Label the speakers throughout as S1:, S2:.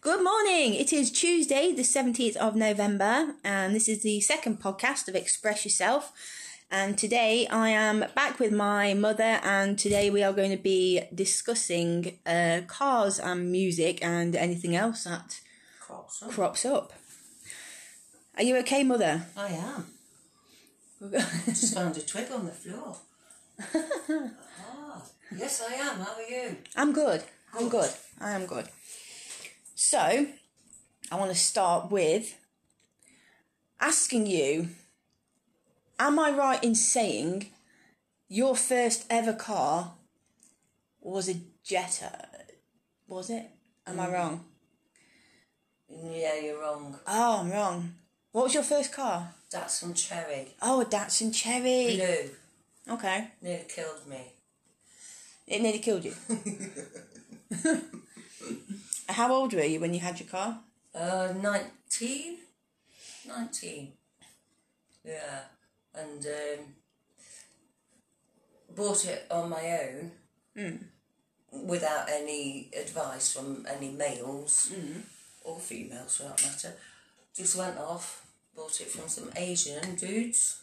S1: Good morning. It is Tuesday, the 17th of November, and this is the second podcast of Express Yourself. And today I am back with my mother, and today we are going to be discussing uh, cars and music and anything else that
S2: crops up.
S1: crops up. Are you okay, mother?
S2: I am. Just found a twig on the floor. ah, yes, I am. How are you?
S1: I'm good. I'm good. I am good. So, I want to start with asking you Am I right in saying your first ever car was a Jetta? Was it? Am I wrong?
S2: Yeah, you're wrong.
S1: Oh, I'm wrong. What was your first car?
S2: That's some cherry.
S1: Oh, a Datsun Cherry.
S2: Blue.
S1: Okay.
S2: Nearly killed me.
S1: It nearly killed you. How old were you when you had your car?
S2: Uh, 19? 19. Yeah. And um, bought it on my own without any advice from any males or females for that matter. Just went off, bought it from some Asian dudes,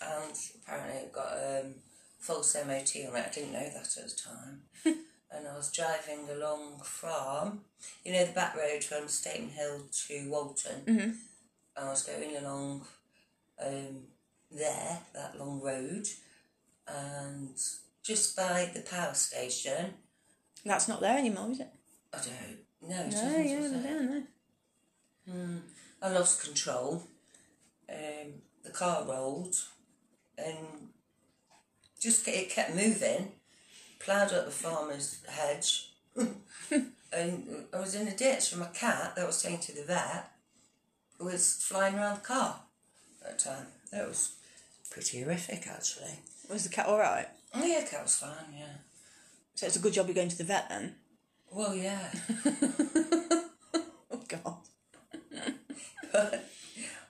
S2: and apparently it got um, false MOT on it. I didn't know that at the time. and I was driving along from, you know, the back road from Staten Hill to Walton.
S1: Mm-hmm.
S2: I was going along um, there, that long road, and just by the power station.
S1: That's not there anymore, is it?
S2: I don't know. it's
S1: No,
S2: nothing to
S1: yeah,
S2: say.
S1: I don't know.
S2: I lost control. Um, the car rolled, and just ke- it kept moving. Ploughed up the farmer's hedge, and I was in a ditch. And my cat, that I was taken to the vet, was flying around the car at the time. That was pretty horrific, actually.
S1: Was the cat alright?
S2: Oh yeah, cat was fine. Yeah.
S1: So it's a good job you're going to the vet then.
S2: Well, yeah.
S1: Oh god.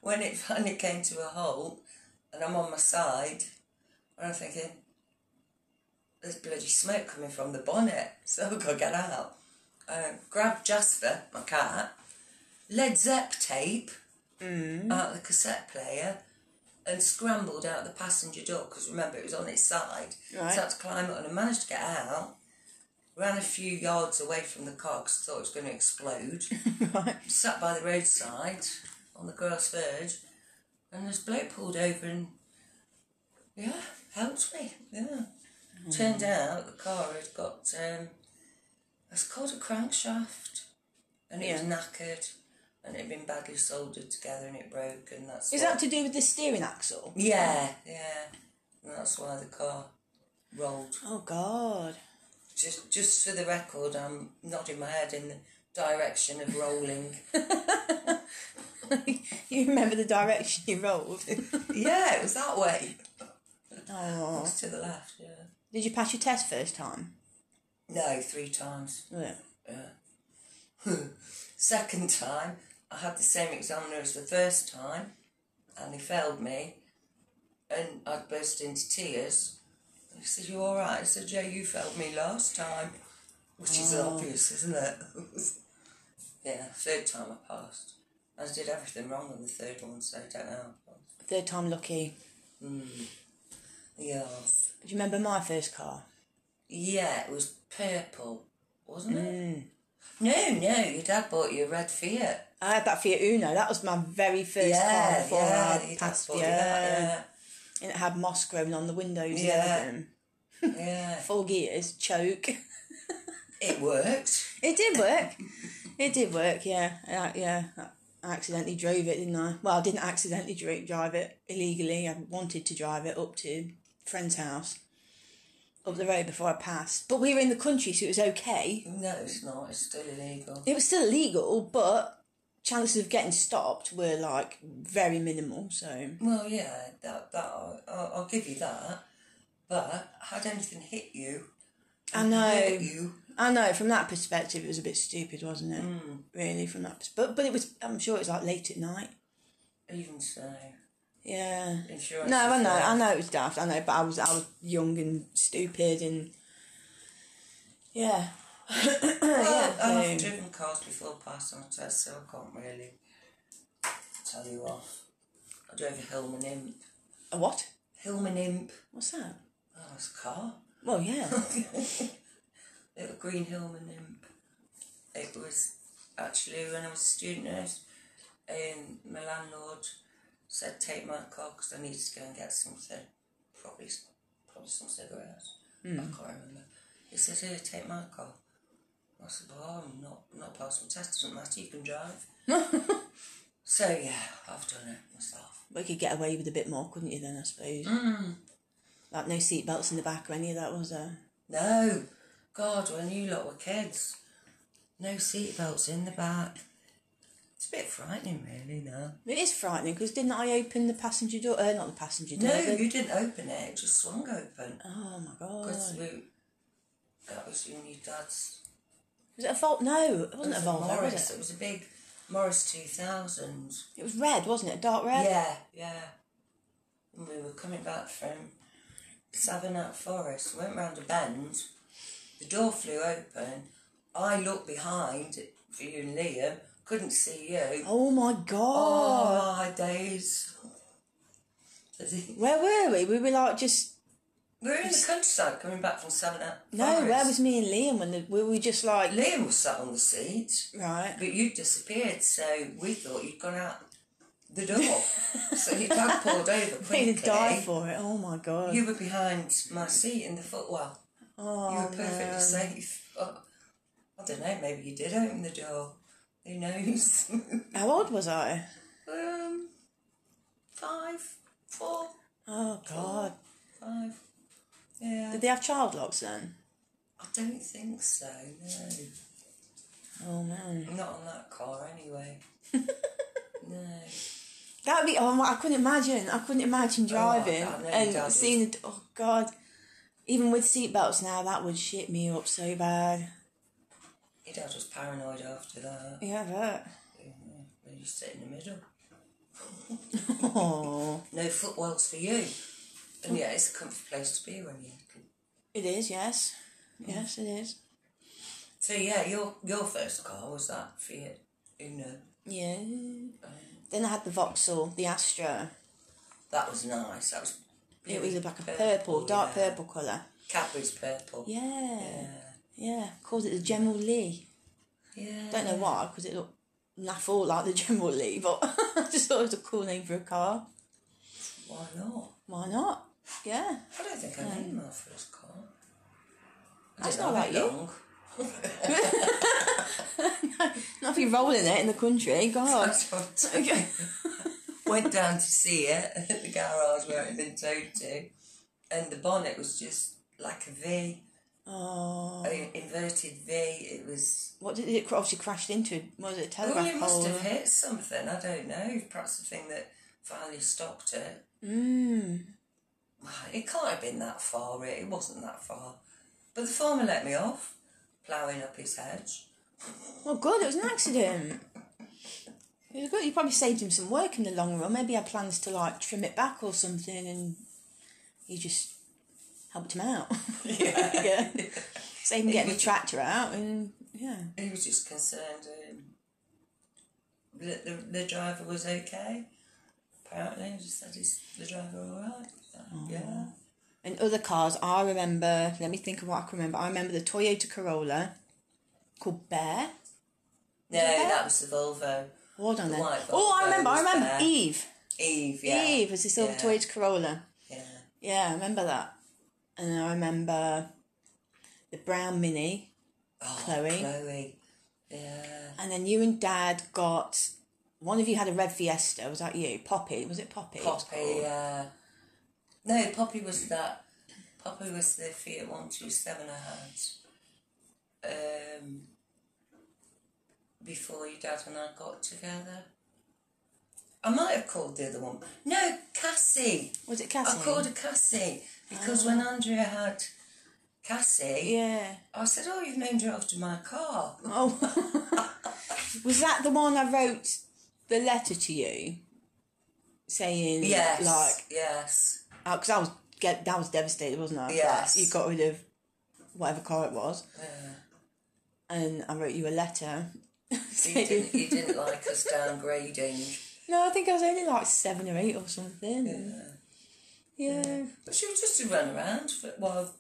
S2: when it finally came to a halt and I'm on my side and I'm thinking there's bloody smoke coming from the bonnet so I've got to get out uh, grabbed Jasper my cat Led Zepp tape out of the cassette player and scrambled out the passenger door because remember it was on its side
S1: Right.
S2: so I had to climb it and I managed to get out ran a few yards away from the car because I thought it was going to explode sat by the roadside on the grass verge, and this bloke pulled over and yeah, helped me. Yeah. Turned out the car had got um, it's called a crankshaft, and it was knackered, and it had been badly soldered together, and it broke, and that's
S1: Is
S2: why-
S1: that to do with the steering axle?
S2: yeah, yeah, and that's why the car rolled.
S1: Oh god.
S2: Just, just for the record, I'm nodding my head in the direction of rolling.
S1: you remember the direction you rolled?
S2: yeah, it was that way.
S1: oh.
S2: It's to the left. Yeah.
S1: Did you pass your test first time?
S2: No, three times.
S1: Yeah.
S2: Uh, Second time, I had the same examiner as the first time, and he failed me, and I burst into tears. He said, "You all right?" I said, "Yeah, you failed me last time," which is obvious, isn't it? yeah. Third time I passed. I did everything wrong on the third one, so I don't know. how I passed.
S1: Third time lucky.
S2: Yeah.
S1: Do you remember my first car?
S2: Yeah, it was purple, wasn't it? No, no, your dad bought you a red Fiat.
S1: I had that Fiat Uno. That was my very first car before I
S2: you
S1: passed.
S2: just bought
S1: Yeah.
S2: it out,
S1: And it had moss growing on the windows yeah.
S2: Yeah.
S1: and everything.
S2: yeah, yeah.
S1: Four gears, choke.
S2: It worked.
S1: It did work. it did work. Yeah, I, yeah. I accidentally drove it, didn't I? Well, I didn't accidentally dri drive it illegally. I wanted to drive it up to friend's house, up the road before I passed. But we were in the country, so it was okay.
S2: No, it's not. It's still illegal.
S1: It was still illegal, but chances of getting stopped were like very minimal. So
S2: Well, yeah, that that I'll, I'll I'll give you that. But had anything hit you,
S1: I know,
S2: hurt you,
S1: I know. From that perspective, it was a bit stupid, wasn't it? Really, from that. pers- But but it was. I'm sure it was like late at night.
S2: Even so,
S1: Yeah.
S2: insurance.
S1: No, I
S2: is
S1: know,
S2: there.
S1: I know it was daft, I know, but I was I was young and stupid and yeah.
S2: Well,
S1: yeah,
S2: I've
S1: so-
S2: driven cars before passing a test, so I can't really tell you off. I drove a Hillman Imp.
S1: A what?
S2: Hillman Imp.
S1: What's that?
S2: Oh, it's a car.
S1: Well, yeah.
S2: Little green Hillman Imp. It was actually when I was a student nurse, um, my landlord said, Take my car because I needed to go and get something. Probably, s- probably some cigarettes. I can't remember. He said, Here, take my car. I said, Well, I'm not, not passing the test, doesn't matter, you can drive. so, yeah, I've done it myself.
S1: we could get away with a bit more, couldn't you? Then I suppose.
S2: Mm.
S1: Like no seatbelts in the back or any of that was there.
S2: No, God, when you lot were kids, no seatbelts in the back. It's a bit frightening, really. No,
S1: It is frightening because didn't I open the passenger door? Uh, not the passenger door.
S2: no,
S1: the-
S2: you didn't open it; it just swung open.
S1: Oh my god.
S2: 'Cause
S1: Was
S2: we, that was your new dad's.
S1: it a Volt? No, it wasn't a
S2: it was a
S1: Volvo,
S2: Morris.
S1: was it?
S2: it was a big Morris two thousand.
S1: It was red, wasn't it? A dark red.
S2: Yeah, yeah. And we were coming back from Savannah Forest, went round a bend, the door flew open. I looked behind for you and Liam, couldn't see you.
S1: Oh my god.
S2: Oh my days. We
S1: Where were we? We were like just
S2: were in the countryside coming back from Savannah Forest.
S1: no. Where was me and Liam when the, we were just like
S2: Liam was sat on the seat,
S1: right?
S2: but you'd disappeared, so we thought you'd gone out the door. so your dad pulled over quickly.
S1: We'd die for it. Oh my god.
S2: You were behind my seat in the footwell.
S1: oh,
S2: you were perfectly
S1: no.
S2: safe. Oh, I don't know, maybe you did open the door. Who knows?
S1: How old was I?
S2: um, five, four,
S1: Oh god.
S2: five. Yeah.
S1: Did they have child locks then?
S2: I don't think so, no.
S1: Oh man.
S2: Not on that car, anyway. no.
S1: That would be. Oh, my- I couldn't imagine. I couldn't imagine driving
S2: I know,
S1: and
S2: darling.
S1: seeing. the- Oh God. Even with seatbelts now, that would shit me up so bad.
S2: Your dad was paranoid after that.
S1: Yeah, that.
S2: When you sit in the middle.
S1: Oh,
S2: No footwells for you. And yeah, it's a comfy place to be when you're little.
S1: it is. Yes, yes, it is.
S2: So yeah, your your first car was that Fiat Uno.
S1: Yeah. Then I had the Vauxhall, the Astra.
S2: That was nice. That was
S1: It was a like a
S2: purple,
S1: purple, dark
S2: yeah.
S1: purple colour.
S2: Cadbury's purple.
S1: Yeah,
S2: Yeah.
S1: yeah. Called it the General Lee.
S2: Yeah.
S1: Don't know why, because it looked naffle like the General Lee, but I just thought it was a cool name for a car.
S2: Why not?
S1: Why not? Yeah.
S2: I don't think I named my first car. I
S1: That's
S2: didn't
S1: not like
S2: have it
S1: you.
S2: long.
S1: Not if you're rolling it in the country, God.
S2: That's what I
S1: Oh. Okay.
S2: Went down to see it at the garage where it had been towed to, and the bonnet was just like a V,
S1: Oh,
S2: an inverted V. It was.
S1: what did it? Obviously crashed into. Was it a
S2: Oh,
S1: telegraph
S2: it
S1: pole?
S2: must have hit something. I don't know. Perhaps the thing that finally stopped it.
S1: Mm.
S2: It can't have been that far, really. It wasn't that far. But the farmer let me off, ploughing up his hedge.
S1: Well, good. Oh, It was an accident. It was good. You probably saved him some work in the long run. Maybe he had plans to like trim it back or something, and you just helped him out. Yeah. Save him getting the tractor out, and yeah.
S2: He was just concerned um, that the, the driver was okay. Apparently, he just said, Is the driver alright?
S1: Oh.
S2: Yeah.
S1: And other cars, I remember. Let me think of what I can remember. I remember the Toyota Corolla called Bear.
S2: No, that was the Volvo.
S1: Hold on
S2: The
S1: then.
S2: white
S1: Oh, I
S2: Volvo
S1: remember. I
S2: was
S1: remember
S2: there.
S1: Eve.
S2: Eve, yeah.
S1: Eve was this little
S2: yeah,
S1: Toyota Corolla.
S2: Yeah.
S1: Yeah, I remember that. And I remember the brown Mini.
S2: Oh,
S1: Chloe.
S2: Chloe. Yeah.
S1: And then you and Dad got one of you had a red Fiesta. Was that you? Poppy? Was it Poppy? it was
S2: Poppy,
S1: called?
S2: yeah. uh, No, Poppy was that. Poppy was the Fiat 127 I had. Um, before your dad and I got together. I might have called the other one. No, Cassie.
S1: Was it Cassie? Ah.
S2: I called her Cassie because when Andrea had Cassie,
S1: Yeah.
S2: I said, Oh, you've named her after my car.
S1: Oh. was that the one I wrote the letter to you? saying
S2: Yes.
S1: like
S2: yes.
S1: because I was get that was devastated, wasn't I? That
S2: Yes.
S1: you got rid of whatever car it was,
S2: Yeah.
S1: and I wrote you a letter.
S2: You didn't,
S1: saying,
S2: you didn't like us downgrading.
S1: no, I think I was only like seven or eight or something.
S2: Yeah.
S1: Yeah,
S2: But she was just a run around for, well,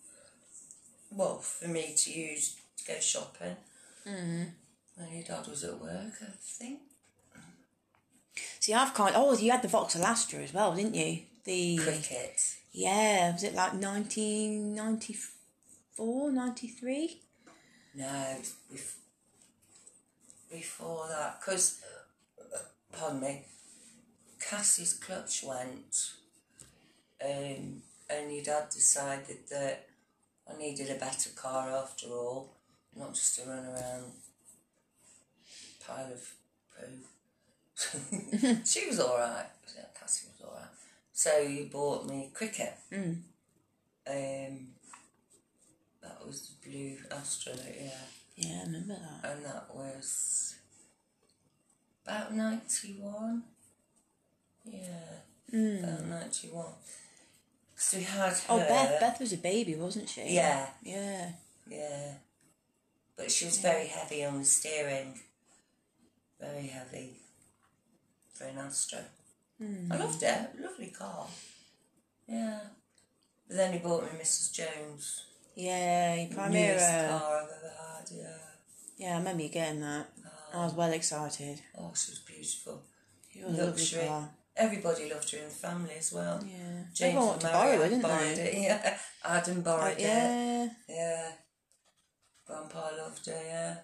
S2: well, for me to use to go shopping. Mm. And your dad was at work, I think.
S1: see, I've kind. Oh, you had the Vauxhall Astra as well, didn't you? The
S2: Cricket.
S1: yeah, was it like 1994, 93?
S2: No, bef- before that, because, pardon me, Cassie's clutch went, um, and your dad decided that I needed a better car after all, not just a runaround pile of poo. she was alright, Cassie was alright. So you bought me cricket. Um, that was the blue Astra, yeah
S1: Yeah, I remember that.
S2: and that was about 91. Yeah, about 91. So we had her.
S1: Hmm. Oh, Beth, Beth was a baby, wasn't she?
S2: Uh, Yeah,
S1: yeah.
S2: yeah. But she was very heavy on the steering. Very heavy. Very nice Astra.
S1: Hmm.
S2: I loved it. Lovely car. Yeah. But then he bought me Mrs. Jones.
S1: Yeah,
S2: Newest
S1: Primera.
S2: car I've ever had, yeah.
S1: Yeah, I remember you getting that. I was well excited.
S2: Oh, she was beautiful.
S1: It was a
S2: Luxury.
S1: lovely car.
S2: Everybody loved her in the family as well.
S1: Yeah.
S2: James
S1: Everyone wanted
S2: and
S1: to borrow
S2: Mary
S1: it, didn't
S2: borrowed
S1: they?
S2: it, Yeah. Adam borrowed
S1: Like, yeah.
S2: it. Oh, Yeah. Grandpa loved her, yeah.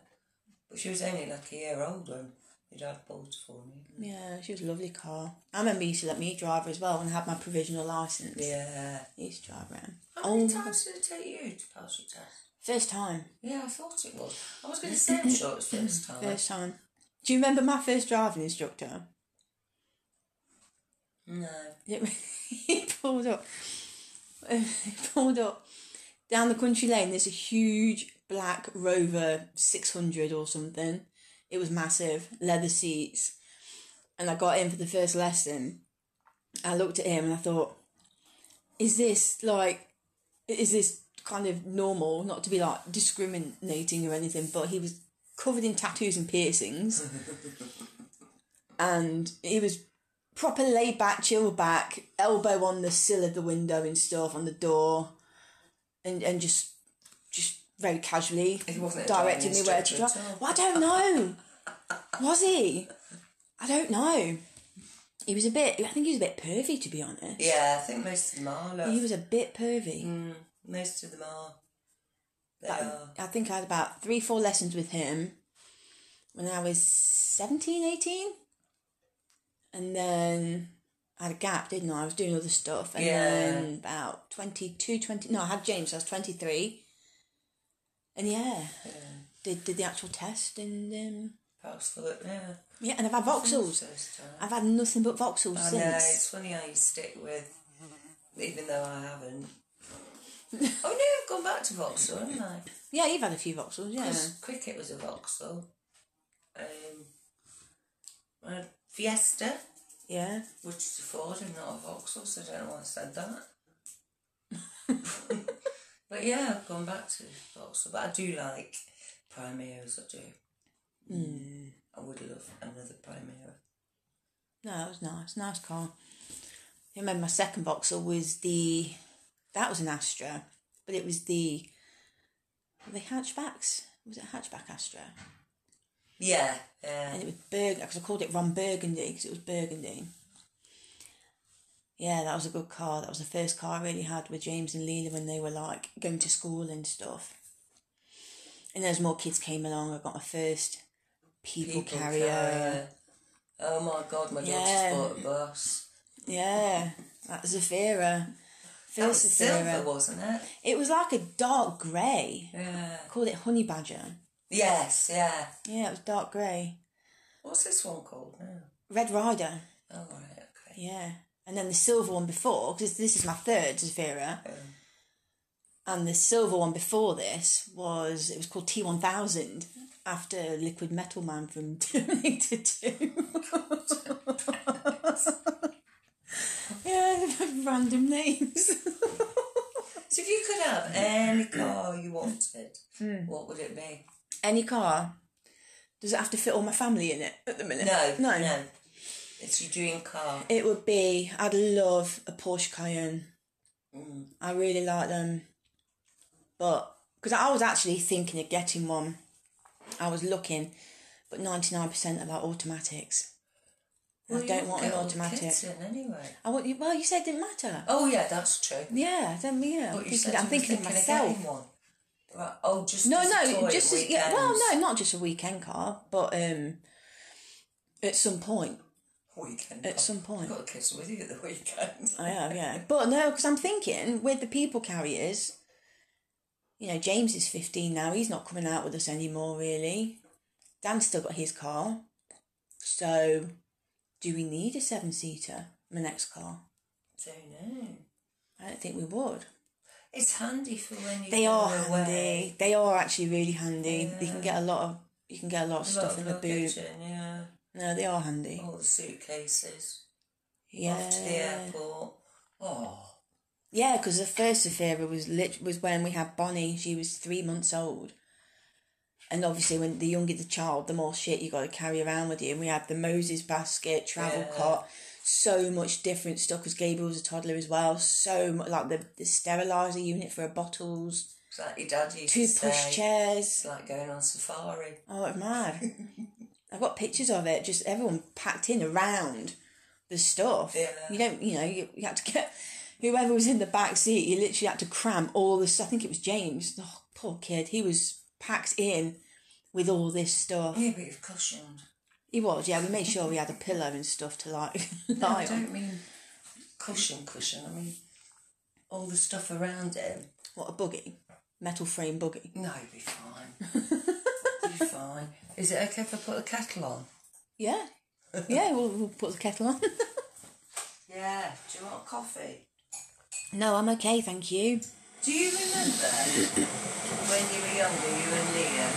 S2: But she was only like a year older. Your dad bought it for me.
S1: Yeah, she was a lovely car. I remember you used to let me drive her as well and have my provisional license.
S2: Yeah.
S1: I used to drive around.
S2: How many
S1: Oh,
S2: times did it take you to pass your test?
S1: first time.
S2: Yeah, I thought it was. I was going to say I'm sure it was first time.
S1: First time. Do you remember my first driving instructor?
S2: No.
S1: It, he pulled up. He pulled up down the country lane. There's a huge black Rover 600 or something. It was massive, leather seats. And I got in for the first lesson. I looked at him and I thought, is this like, is this kind of normal? Not to be like discriminating or anything, but he was covered in tattoos and piercings. and he was proper laid back, chill back, elbow on the sill of the window and stuff on the door, and and just just very casually
S2: He wasn't a
S1: directed
S2: driving
S1: me where to drive.
S2: instructor at all.
S1: Well, I don't know. Was he? I don't know. He was a bit. I think he was a bit pervy, to be honest.
S2: Yeah, I think most of them are. Love.
S1: He was a bit pervy.
S2: most of them are. They
S1: But
S2: are.
S1: I think I had about three, four lessons with him when I was 17, 18. And then I had a gap, didn't I? I was doing other stuff. And
S2: Yeah.
S1: then about 22, 20, no, I had James, I was 23. And yeah, did, did the actual test. And um,
S2: Perhaps for it, yeah.
S1: yeah, and I've had Vauxhalls.
S2: First time.
S1: I've had nothing but Vauxhalls
S2: I know,
S1: since.
S2: it's funny how you stick with, even though I haven't. oh no, I've gone back to Vauxhall, haven't I?
S1: Yeah, you've had a few Vauxhalls, yeah.
S2: 'Cause cricket was a Vauxhall. Um, I had Fiesta,
S1: Yeah.
S2: which is a Ford and not a Vauxhall, so I don't know why I said that. but yeah, I've gone back to Vauxhall, but I do like Primeros, I do. I would love another Primera.
S1: No, that was nice. Nice car. I remember my second Vauxhall was the that was an Astra, but it was the were they hatchbacks. Was it a hatchback Astra?
S2: Yeah, yeah.
S1: And it was Burgundy because I called it Ron Burgundy because it was Burgundy. Yeah, that was a good car. That was the first car I really had with James and Leela when they were like going to school and stuff. And as more kids came along, I got my first people,
S2: people
S1: carrier.
S2: carrier. Oh my god, my daughter
S1: Yeah.
S2: bought a bus.
S1: Yeah, that Zafira.
S2: That was
S1: First
S2: silver,
S1: Zafira.
S2: wasn't it?
S1: It was like a dark grey.
S2: Yeah.
S1: I called it Honey Badger.
S2: Yes, yeah.
S1: Yeah, it was dark grey.
S2: What's this one called now?
S1: Red Rider.
S2: Oh, right, okay.
S1: Yeah. And then the silver one before, because this is my third Zafira. And the silver one before this was, it was called T1000 after Liquid Metal Man from Terminator 2. random names.
S2: So if you could have any car you wanted,
S1: Hmm.
S2: what would it be?
S1: Any car. Does it have to fit all my family in it at the minute?
S2: No,
S1: No.
S2: no, It's your dream car.
S1: It would be, I'd love a Porsche Cayenne.
S2: Mm.
S1: I really like them. But, because I was actually thinking of getting one. I was looking, but 99% about automatics. I don't want an automatic.
S2: In anyway.
S1: I want you, well, you said it didn't matter.
S2: Oh yeah, that's true.
S1: Yeah, then, yeah. I'm
S2: But
S1: thinking,
S2: you said
S1: I'm
S2: you were
S1: thinking of myself.
S2: getting one. Right. Oh, just
S1: No,
S2: as a
S1: no,
S2: toy
S1: just
S2: at
S1: as, yeah, well,
S2: weekends.
S1: no, not just a weekend car, but um, at some point,
S2: Weekend. oh.
S1: at some
S2: I've
S1: point,
S2: got the kids with you at the weekend.
S1: I have, yeah, but no, because I'm thinking with the people carriers, you know, James is 15 now, he's not coming out with us anymore, really. Dan's still got his car, so do we need a seven seater? My next car,
S2: Don't know.
S1: I don't think we would.
S2: It's handy for when you
S1: They
S2: go
S1: are
S2: away.
S1: handy, they are actually really handy. You can get a lot of you can get a lot of
S2: A lot
S1: stuff
S2: of
S1: in the
S2: luggage
S1: boot.
S2: and, Yeah.
S1: No, they are handy.
S2: All the suitcases.
S1: yeah.
S2: Off to the airport. Oh.
S1: Yeah, because the first Sephira was lit was when we had Bonnie. She was three months old, and obviously, when the younger the child, the more shit you got to carry around with you. And we had the Moses basket, travel
S2: Yeah.
S1: cot, so much different stuff. Because Gabriel was a toddler as well. So much, like the, the sterilizer unit for her bottles,
S2: It's like your dad used
S1: two
S2: to
S1: push
S2: say,
S1: chairs.
S2: It's like going on safari.
S1: Oh, it's mad! I've got pictures of it. Just everyone packed in around the stuff.
S2: Yeah.
S1: You don't, you know, you, you had to get whoever was in the back seat. You literally had to cram all this. I think it was James. Oh, poor kid. He was packed in with all this stuff.
S2: Yeah, but you've cushioned.
S1: He was. Yeah, we made sure we had a pillow and stuff to like
S2: No, I
S1: lie on.
S2: don't mean cushion, cushion. I mean all the stuff around him.
S1: What a buggy, metal frame buggy.
S2: No, he'll be fine. be fine. Is it okay if I put a kettle on?
S1: Yeah, yeah. We'll, we'll put the kettle on.
S2: Yeah. Do you want coffee?
S1: no, I'm okay, thank you.
S2: Do you remember when you were younger, you and Liam,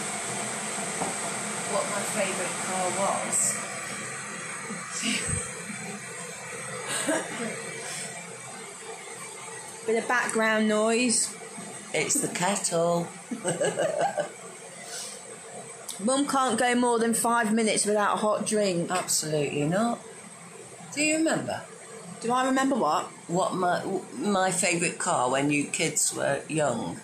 S2: what my favourite car was?
S1: Bit of background noise.
S2: It's the kettle.
S1: Mum can't go more than five minutes without a hot drink.
S2: Absolutely not. Do you remember
S1: Do I remember what?
S2: what my my favourite car when you kids were young?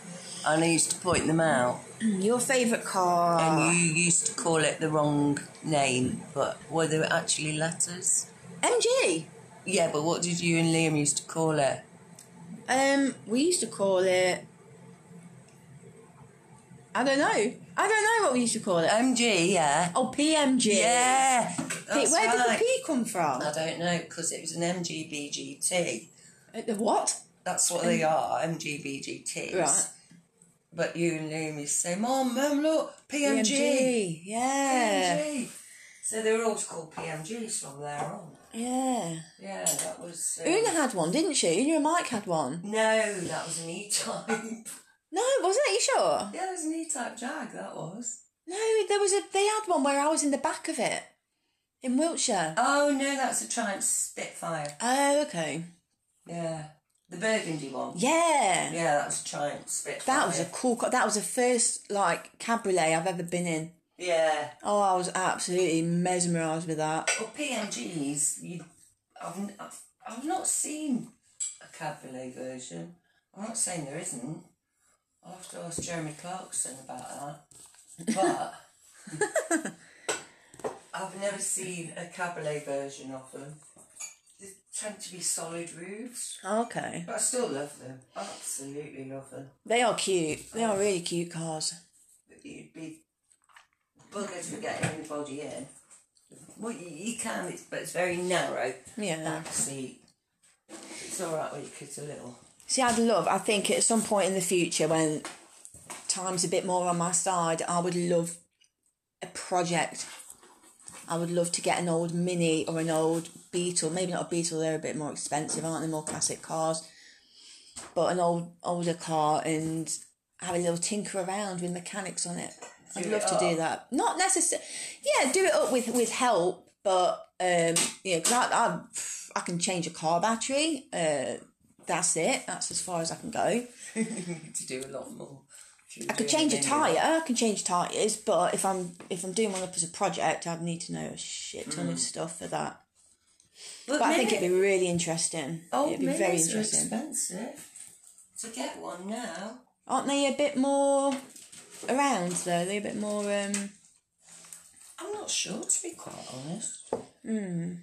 S2: And I used to point them out.
S1: Your favourite car.
S2: And you used to call it the wrong name, but were there actually letters?
S1: MG.
S2: Yeah, but what did you and Liam used to call it?
S1: Um, we used to call it. I don't know. I don't know what we used to call it. Uh,
S2: MG, yeah.
S1: Oh, PMG.
S2: Yeah.
S1: P-
S2: that's
S1: where did the
S2: right.
S1: P come from?
S2: I don't know, because it was an MGBGT.
S1: Uh, The what?
S2: That's what they are, MGBGTs.
S1: Mm. Right.
S2: But you and Liam used to say, Mom, Mum, look, PMG.
S1: PMG. Yeah.
S2: PMG. So they were always called PMGs from there on.
S1: Yeah.
S2: Yeah, that was. um,
S1: Una had one, didn't she? Una and Mike had one.
S2: no, that was an E type.
S1: No, wasn't it? You sure?
S2: Yeah, it was an E-type jag. That was.
S1: No, there was a. They had one where I was in the back of it, in Wiltshire.
S2: Oh no, that's a Triumph Spitfire.
S1: Oh, okay.
S2: Yeah, the burgundy one.
S1: Yeah.
S2: Yeah, that was a Triumph Spitfire.
S1: That was a cool car. That was the first like cabriolet I've ever been in.
S2: yeah.
S1: Oh, I was absolutely mesmerised with that.
S2: Well, PMGs. You, I've, n- I've, I've not seen a cabriolet version. I'm not saying there isn't. I'll have to ask Jeremy Clarkson about that. But I've never seen a cabriolet version of them. They tend to be solid roofs.
S1: Okay.
S2: But I still love them. Absolutely love them.
S1: They are cute. They are really cute cars.
S2: But you'd be buggers for getting anybody in. Well, you, you can, it's, but it's very narrow.
S1: Yeah.
S2: Back seat. It's all right when your kids are little.
S1: See, I'd love, I think at some point in the future when time's a bit more on my side, I would love a project. I would love to get an old Mini or an old Beetle. Maybe not a Beetle, they're a bit more expensive, aren't they? More classic cars. But an old older car and have a little tinker around with mechanics on it. I'd
S2: Do
S1: love
S2: it
S1: to do
S2: up.
S1: that. Not necessarily, yeah, do it up with, with help, but um, yeah, because I, I, I can change a car battery. Uh, that's it. That's as far as I can go.
S2: to do a lot more.
S1: I could change a tyre. I can change tyres, but if I'm if I'm doing one up as a project, I'd need to know a shit ton of stuff for that.
S2: Mm. But,
S1: But I think it'd be really interesting.
S2: oh,
S1: it'd be very
S2: minutes are
S1: interesting.
S2: expensive. To get one now,
S1: Aren't they a bit more around though? They're a bit more. um
S2: I'm not sure to be quite honest. Hmm.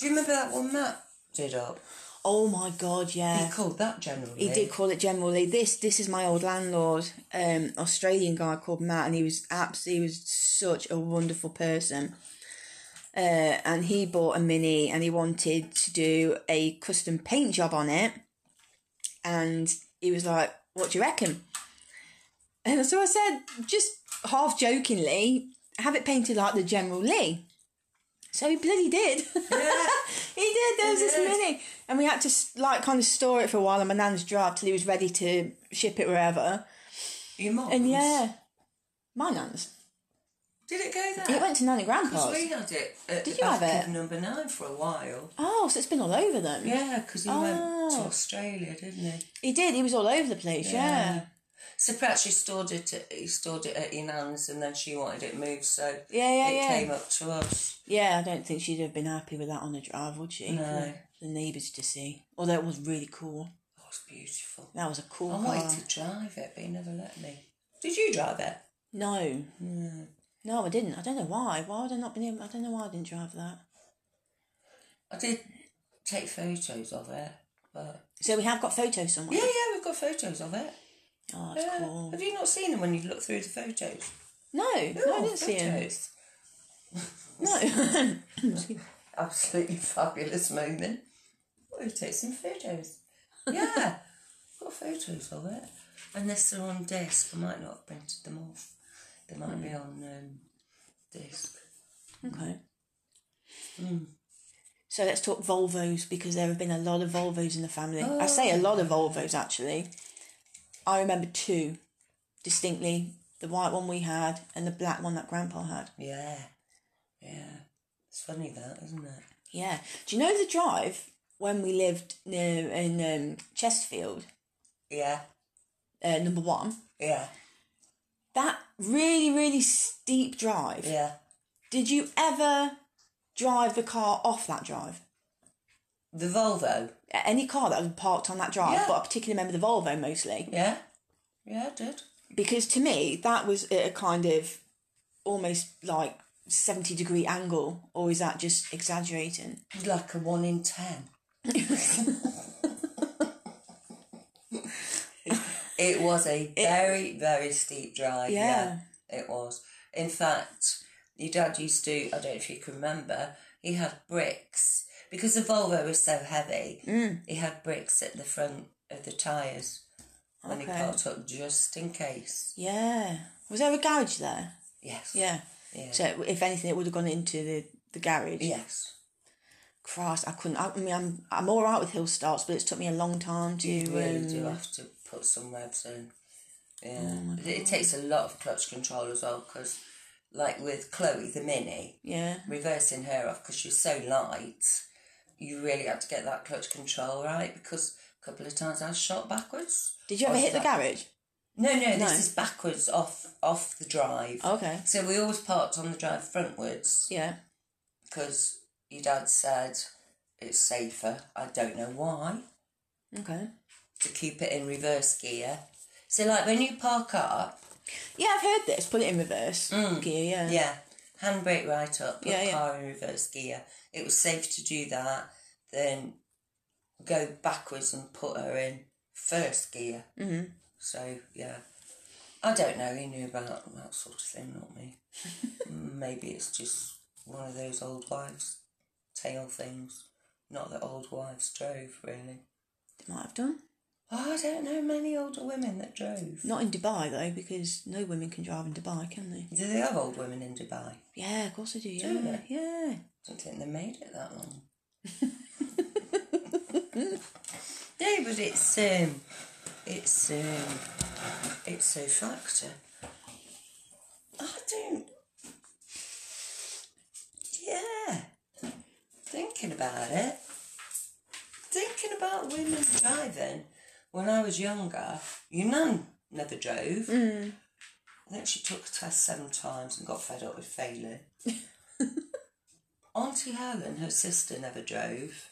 S2: Do you remember that one Matt did up?
S1: Oh my god, yeah.
S2: He called that generally.
S1: He did call it generally. This this is my old landlord, um, Australian guy called Matt, and he was abs- he was such a wonderful person. Uh, and he bought a mini, and he wanted to do a custom paint job on it. And he was like, "What do you reckon?" And so I said, just half jokingly, "Have it painted like the General Lee." So he bloody did. He
S2: Yeah.
S1: did. There was
S2: He
S1: this
S2: did.
S1: mini, and we had to s- like kind of store it for a while on my nan's drive till he was ready to ship it wherever.
S2: Your mum's?
S1: And yeah, my nan's.
S2: Did it go there?
S1: It went to nanny
S2: Because we
S1: grandpa's.
S2: had it at
S1: Did you have
S2: Bath Cove
S1: it?
S2: number nine for a while.
S1: Oh, so it's been all over them.
S2: Yeah, because he went to
S1: Oh.
S2: Australia, didn't he?
S1: He did. He was all over the place. Yeah.
S2: So perhaps he stored it. At, he stored it at your nan's, and then she wanted it moved, so
S1: Yeah, yeah,
S2: it
S1: yeah.
S2: came up to us.
S1: Yeah, I don't think she'd have been happy with that on the drive, would she?
S2: No.
S1: For The neighbours to see. Although it was really cool.
S2: Oh, it's beautiful.
S1: That was a cool
S2: I
S1: car.
S2: wanted to drive it, but he never let me. Did you drive it?
S1: No. No, I didn't. I don't know why. Why would I not been able... I don't know why I didn't drive that.
S2: I did take photos of it, but
S1: So we have got photos somewhere.
S2: yeah, yeah, we've got photos of it.
S1: Oh, that's
S2: Yeah.
S1: cool.
S2: Have you not seen them when you look through the photos? Oh,
S1: No, no, I didn't see him.
S2: photos.
S1: No.
S2: absolutely fabulous moment. We'll take some photos. Yeah, got photos of it. Unless they're on disc, I might not have printed them off. They might be on um, disc.
S1: Okay. So let's talk Volvos because there have been a lot of Volvos in the family. I say a lot of Volvos actually. I remember two distinctly the white one we had and the black one that Grandpa had.
S2: Yeah, yeah. It's funny that, isn't it?
S1: Yeah. Do you know the drive when we lived near in um, Chesterfield,
S2: Yeah,
S1: uh, number one?
S2: yeah,
S1: That really, really steep drive.
S2: yeah.
S1: Did you ever drive the car off that drive?
S2: The Volvo.
S1: Any car that was parked on that drive,
S2: Yeah.
S1: but I particularly remember the Volvo mostly.
S2: Yeah, yeah, I did.
S1: because to me that was at a kind of almost like 70 degree angle or is that just exaggerating
S2: Like a one in ten. it was a very, very steep drive. Yeah. it was. In fact, your dad used to, I don't know if you can remember, he had bricks. Because the Volvo was so heavy,
S1: Mm.
S2: he had bricks at the front of the tyres when he
S1: Okay.
S2: parked up just in case.
S1: yeah was there a garage there
S2: Yes.
S1: yeah,
S2: Yeah.
S1: so if anything it would have gone into the the garage
S2: Yes.
S1: christ i couldn't i, I mean i'm i'm all right with hill starts but it's took me a long time to
S2: You really
S1: um, Oh
S2: do have to put some revs in. Yeah. It- it takes a lot of clutch control as well because, like with Chloe the Mini,
S1: yeah
S2: reversing her off because she was so light, you really had to get that clutch control right because a couple of times I shot backwards.
S1: did you ever
S2: Off
S1: hit the
S2: that-
S1: garage
S2: No, no, this
S1: No.
S2: is backwards off off the drive.
S1: okay
S2: So we always parked on the drive frontwards
S1: yeah
S2: because your dad said it's safer. I don't know why
S1: okay
S2: to keep it in reverse gear. So like when you park up,
S1: yeah i've heard this put it in reverse gear yeah
S2: Mm. yeah, handbrake right up, put
S1: Yeah, yeah.
S2: car in reverse gear. It was safe to do that than go backwards and put her in first gear. Mm-hmm. So yeah, I don't know. He knew about that sort of thing, not me. Maybe it's just one of those old wives' tale things. Not that old wives drove really.
S1: might have done
S2: Oh, I don't know many older women that drove.
S1: not in dubai though because no women can drive in dubai can they
S2: Do they have old women in Dubai?
S1: Yeah, of course I do. Yeah,
S2: Do they?
S1: yeah.
S2: don't think they made it that long. no, but it's um, it's um, it's a factor. I don't. Yeah, thinking about it, thinking about women driving? When I was younger, your nan never drove. I think she took a test seven times and got fed up with failing. Auntie Helen, her sister, never drove.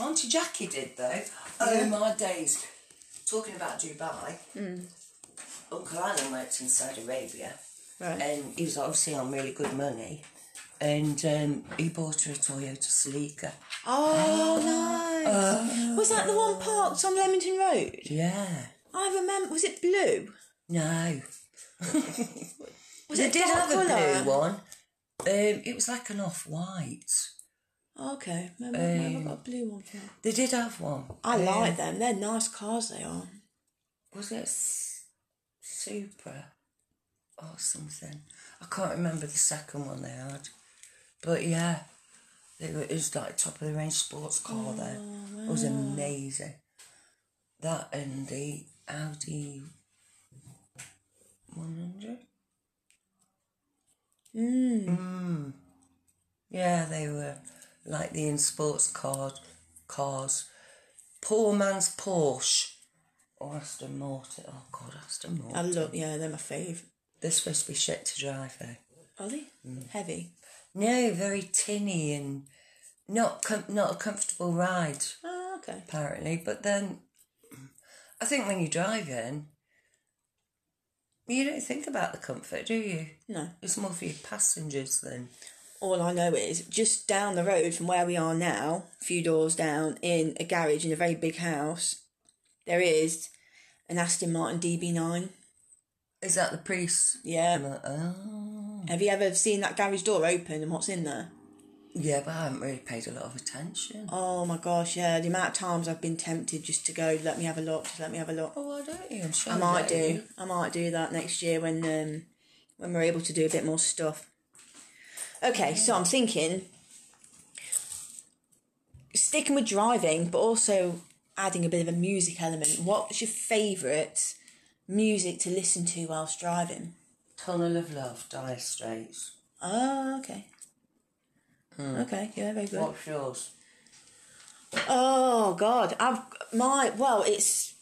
S2: Auntie Jackie did though. Oh my days! Talking about Dubai, Uncle Alan worked in Saudi Arabia,
S1: Right.
S2: and he was obviously on really good money. And um, he bought her a Toyota Celica.
S1: Oh, nice. was that the one parked on Leamington Road?
S2: Yeah.
S1: I remember. Was it blue?
S2: No.
S1: Was
S2: They
S1: it
S2: did
S1: dark
S2: have
S1: colour?
S2: a blue one. Um, it was like an off white.
S1: Okay, where, where have I got a blue one from?
S2: They did have one.
S1: Um, I
S2: Um,
S1: like them. They're nice cars. They are.
S2: Was it S- Supra or Oh, something? I can't remember the second one they had. But yeah, they were, it was like top of the range sports car then. It was amazing. That and the Audi 100?
S1: Mm.
S2: Hmm. Yeah, they were like the in sports car cars. Poor man's Porsche or Aston Martin. Oh God, Aston
S1: I
S2: Martin.
S1: love. Yeah, they're my fave.
S2: They're supposed to be shit to drive though.
S1: Are they heavy?
S2: No, very tinny and not com- not a comfortable ride
S1: Oh, okay.
S2: apparently. But then, I think when you're driving, you don't think about the comfort, do you?
S1: No.
S2: It's more for your passengers than
S1: All I know is just down the road from where we are now, a few doors down, in a garage in a very big house, there is an Aston Martin DB9.
S2: is that the priest?
S1: Yeah.
S2: I'm like, oh.
S1: Have you ever seen that garage door open and what's in there?
S2: Yeah, but I haven't really paid a lot of attention.
S1: Oh my gosh, yeah. The amount of times I've been tempted just to go, let me have a look, just let me have a look.
S2: Oh, why don't you? I'm sure
S1: I might
S2: you
S1: do. I might do that next year when um, when we're able to do a bit more stuff. Okay, so I'm thinking sticking with driving, but also adding a bit of a music element. What's your favourite music to listen to whilst driving?
S2: Tunnel of Love, Dire Straits.
S1: Oh, okay. Okay, yeah, very good.
S2: What's yours?
S1: Oh God, I've my well, it's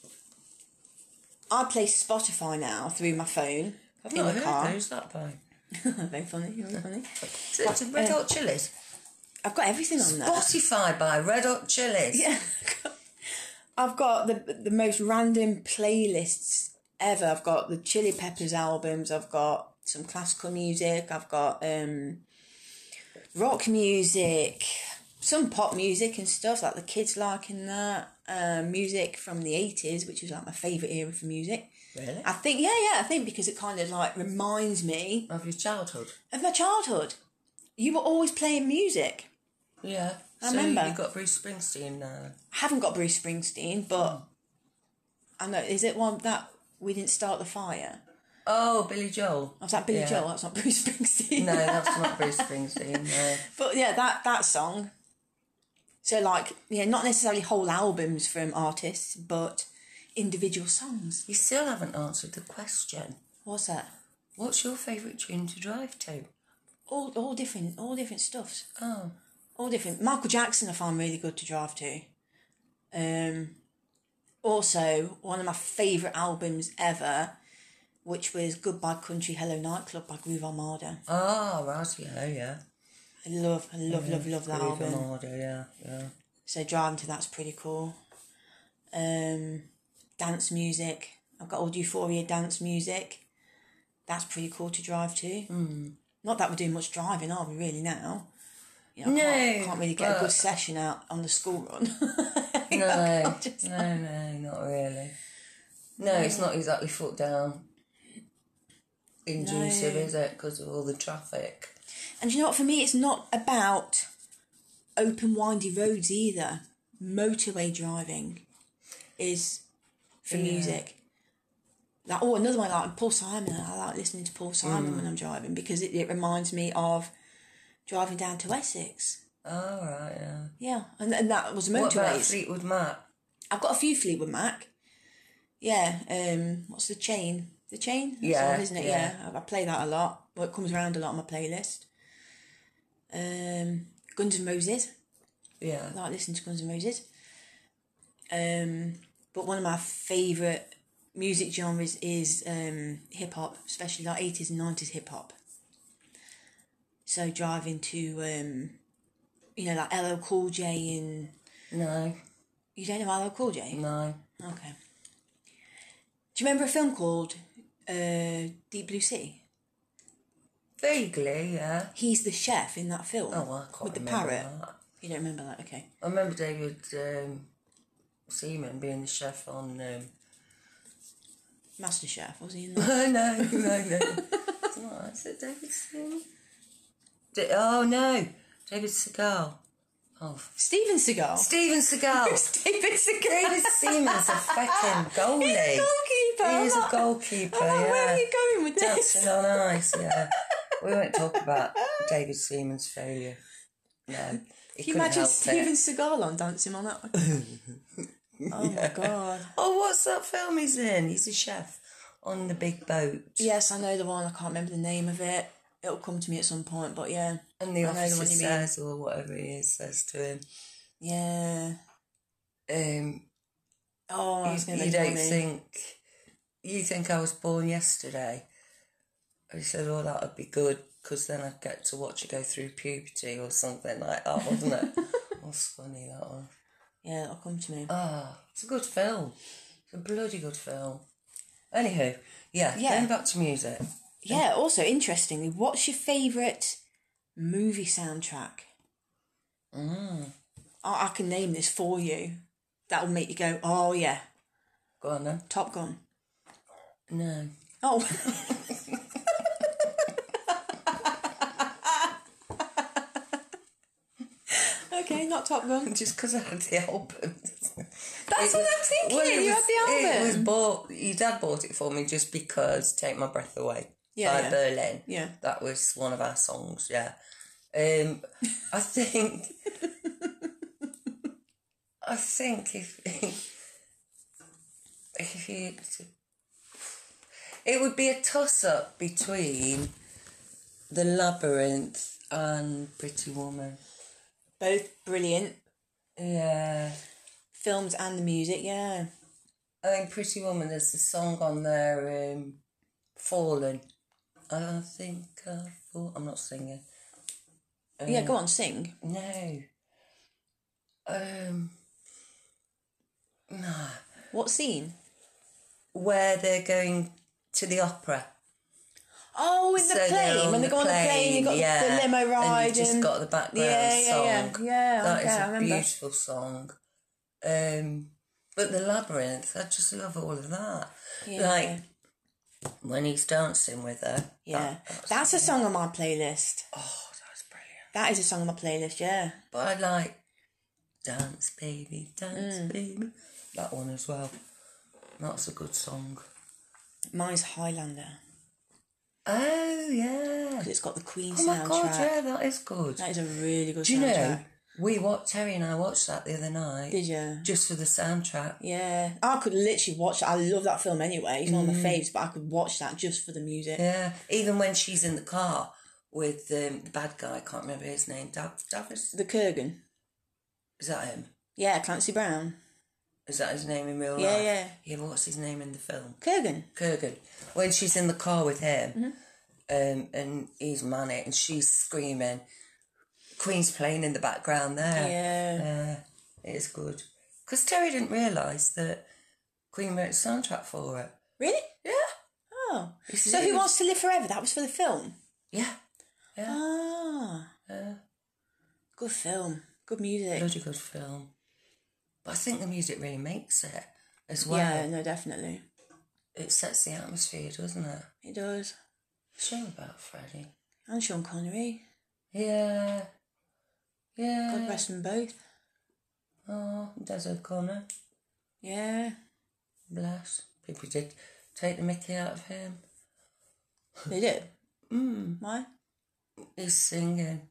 S1: I play Spotify now through my phone in the car.
S2: Who's that by?
S1: very funny, very funny.
S2: It's a
S1: uh,
S2: Red Hot Chilies.
S1: I've got everything on there.
S2: Spotify by Red Hot Chilies.
S1: Yeah. I've got the the most random playlists ever. I've got the Chili Peppers albums. I've got some classical music. I've got um, rock music, some pop music and stuff like the kids liking that. Um, music from the eighties, which is like my favorite era for music.
S2: Really?
S1: I think yeah, yeah. I think because it kind of like reminds me
S2: Of your childhood.
S1: of my childhood. You were always playing music.
S2: Yeah.
S1: I remember.
S2: You got Bruce Springsteen now.
S1: haven't got Bruce Springsteen, but
S2: Hmm.
S1: I know is it one that we didn't start the fire?
S2: Oh, Billy Joel.
S1: I was like Billy
S2: Yeah.
S1: Joel, that's not Bruce Springsteen.
S2: No, that's not Bruce Springsteen. No.
S1: But yeah, that that song. So like, yeah, not necessarily whole albums from artists, but individual songs.
S2: You still haven't answered the question.
S1: What's that?
S2: What's your favourite tune to drive to?
S1: All all different all different stuffs.
S2: Oh,
S1: All different. Michael Jackson I find really good to drive to. Um also one of my favourite albums ever, which was Goodbye Country Hello Nightclub by Groove Armada.
S2: oh, right, yeah, yeah.
S1: I love, I love,
S2: Mm-hmm.
S1: love, love that
S2: Leave 'em
S1: album.
S2: order, yeah, yeah.
S1: So driving to that's pretty cool. Um, dance music. I've got old Euphoria dance music. That's pretty cool to drive to. Mm.
S2: Hmm.
S1: Not that we're doing much driving, are we really now? You know, I can't,
S2: No,
S1: can't really get a good
S2: but-
S1: session out on the school run.
S2: No, no, no, not really. No, it's not exactly foot down inducive,
S1: No.
S2: is it? Because of all the traffic.
S1: And you know what? For me, it's not about open, windy roads either. Motorway driving is for
S2: Yeah.
S1: music. Like, oh, another one like Paul Simon. I like listening to Paul Simon
S2: Mm.
S1: when I'm driving because it, it reminds me of driving down to Essex.
S2: Oh, right, yeah.
S1: Yeah, and, and that was
S2: What about
S1: motorways.
S2: Fleetwood Mac?
S1: I've got a few Fleetwood Mac. Yeah, um, what's the chain? The chain, That's
S2: Yeah,
S1: on, isn't it?
S2: yeah.
S1: Yeah. I I play that a lot. Well, it comes around a lot on my playlist. Um, Guns N' Roses.
S2: Yeah.
S1: I like listening to Guns N' Roses. Um, but one of my favourite music genres is um, hip hop, especially like 80s and 90s hip hop. So driving to, um, you know, like LL Cool J and.
S2: No,
S1: You don't know LL Cool J?
S2: no.
S1: Okay. Do you remember a film called uh, Deep Blue Sea?
S2: Vaguely, yeah.
S1: He's the chef in that film.
S2: Oh, I can't
S1: With the
S2: remember
S1: parrot.
S2: that.
S1: You don't remember that? Okay.
S2: I remember David um, Seaman being the chef on. Um,
S1: Master Chef, was he in that?
S2: no, no, no. it's not. Is it David Seaman? Da- oh no, David Seagal. Oh,
S1: Steven Seagal.
S2: Steven Seagal.
S1: Steven Seagal.
S2: David Seaman's a fucking
S1: He's
S2: goalie.
S1: a goalkeeper.
S2: He
S1: I'm
S2: is a
S1: not-
S2: goalkeeper.
S1: I'm like, where
S2: yeah.
S1: are you going with this?
S2: Dancing on ice. Yeah, we won't talk about David Seaman's failure. No, he
S1: Can you
S2: couldn't
S1: imagine
S2: help
S1: Steven
S2: it.
S1: Seagal on dancing on that one? oh my god.
S2: Oh, what's that film he's in? He's a chef on the big boat.
S1: Yes, I know the one. I can't remember the name of it. It'll come to me at some point, but yeah.
S2: And the
S1: I know the
S2: officer
S1: one you mean.
S2: says, or whatever he is, says to him,
S1: Yeah.
S2: um,
S1: Oh, I was
S2: you,
S1: going to
S2: you don't think you think I was born yesterday? And he said, "Oh, that would be good because then I'd get to watch it go through puberty or something like that, wasn't it?" That's funny that one.
S1: Yeah, it'll come to me.
S2: Ah, it's a good film. It's a bloody good film. Anywho, yeah,
S1: Yeah.
S2: going back to music.
S1: yeah, also, interestingly, what's your favourite movie soundtrack? Mm. I, I can name this for you. That'll make you go, oh yeah,
S2: Go on then.
S1: Top Gun.
S2: No.
S1: Oh. okay, not Top Gun.
S2: Just because I had the album.
S1: That's
S2: It
S1: what I'm
S2: was-
S1: thinking.
S2: well, it
S1: you
S2: was-
S1: had the
S2: It
S1: album.
S2: was bought. Your dad bought it for me just because "Take My Breath Away"
S1: Yeah,
S2: by
S1: yeah.
S2: Berlin.
S1: Yeah.
S2: that was one of our songs. Yeah, um, I think. I think if if you, it would be a toss up between the labyrinth and Pretty Woman.
S1: Both brilliant
S2: Yeah.
S1: films and the music. Yeah.
S2: I think Pretty Woman, there's a song on there, um, Fallen. I think I fall. I'm not singing. Oh,
S1: yeah, go on, sing.
S2: No. Um,
S1: What scene?
S2: where they're going to the opera.
S1: Oh, in the
S2: they're
S1: plane.
S2: on
S1: When they go on the plane, you've got
S2: yeah,
S1: the limo ride.
S2: And you've just got the background
S1: Yeah, yeah,
S2: song.
S1: yeah. Yeah,
S2: That is
S1: okay, I
S2: a
S1: remember.
S2: beautiful song. Um, but the labyrinth, I just love all of that.
S1: Yeah.
S2: Like when he's dancing with her.
S1: yeah.
S2: that- that's,
S1: that's, a song on my playlist.
S2: oh, that's brilliant.
S1: That is a song on my playlist, yeah.
S2: But I like Dance Baby, Dance
S1: Mm.
S2: Baby. That one as well. That's a good song.
S1: Mine's Highlander.
S2: Oh, yeah.
S1: 'cause It's got the Queen
S2: Oh
S1: soundtrack.
S2: my god, yeah, that is good.
S1: That is a really good
S2: Do you
S1: soundtrack.
S2: know, we watched, Terry and I watched that the other night.
S1: Did you?
S2: Just for the soundtrack.
S1: Yeah. I could literally watch that. I love that film anyway. It's one of my faves, but I could watch that just for the music.
S2: Mm. Yeah, even when she's in the car with um, the bad guy, I can't remember his name. Dav- Davis?
S1: The Kurgan.
S2: Is that him?
S1: Yeah, Clancy Brown.
S2: Is that his name in real
S1: Yeah,
S2: life?
S1: yeah.
S2: Yeah, what's his name in the film?
S1: Kurgan.
S2: Kurgan, when she's in the car with
S1: Mm-hmm.
S2: him, um, and he's manic, and she's screaming, Queen's playing in the background there.
S1: Yeah.
S2: Yeah, it's Uh, good. Because Terry didn't realise that Queen wrote the soundtrack for it.
S1: Really?
S2: Yeah,
S1: Oh.
S2: This is-
S1: So Who Wants to Live Forever? That was for the film.
S2: yeah, Uh,
S1: Ah.
S2: yeah.
S1: Good film. Good music.
S2: Bloody good film. But I think the music really makes it as well.
S1: Yeah, no, definitely.
S2: It sets the atmosphere, doesn't it?
S1: It does.
S2: Shame about Freddie.
S1: And Sean Connery.
S2: Yeah, yeah.
S1: God rest them both.
S2: Oh, Des O'Connor.
S1: Yeah.
S2: Bless. People did take the mickey out of him.
S1: They did.
S2: Hmm.
S1: Mm. Why?
S2: He's singing.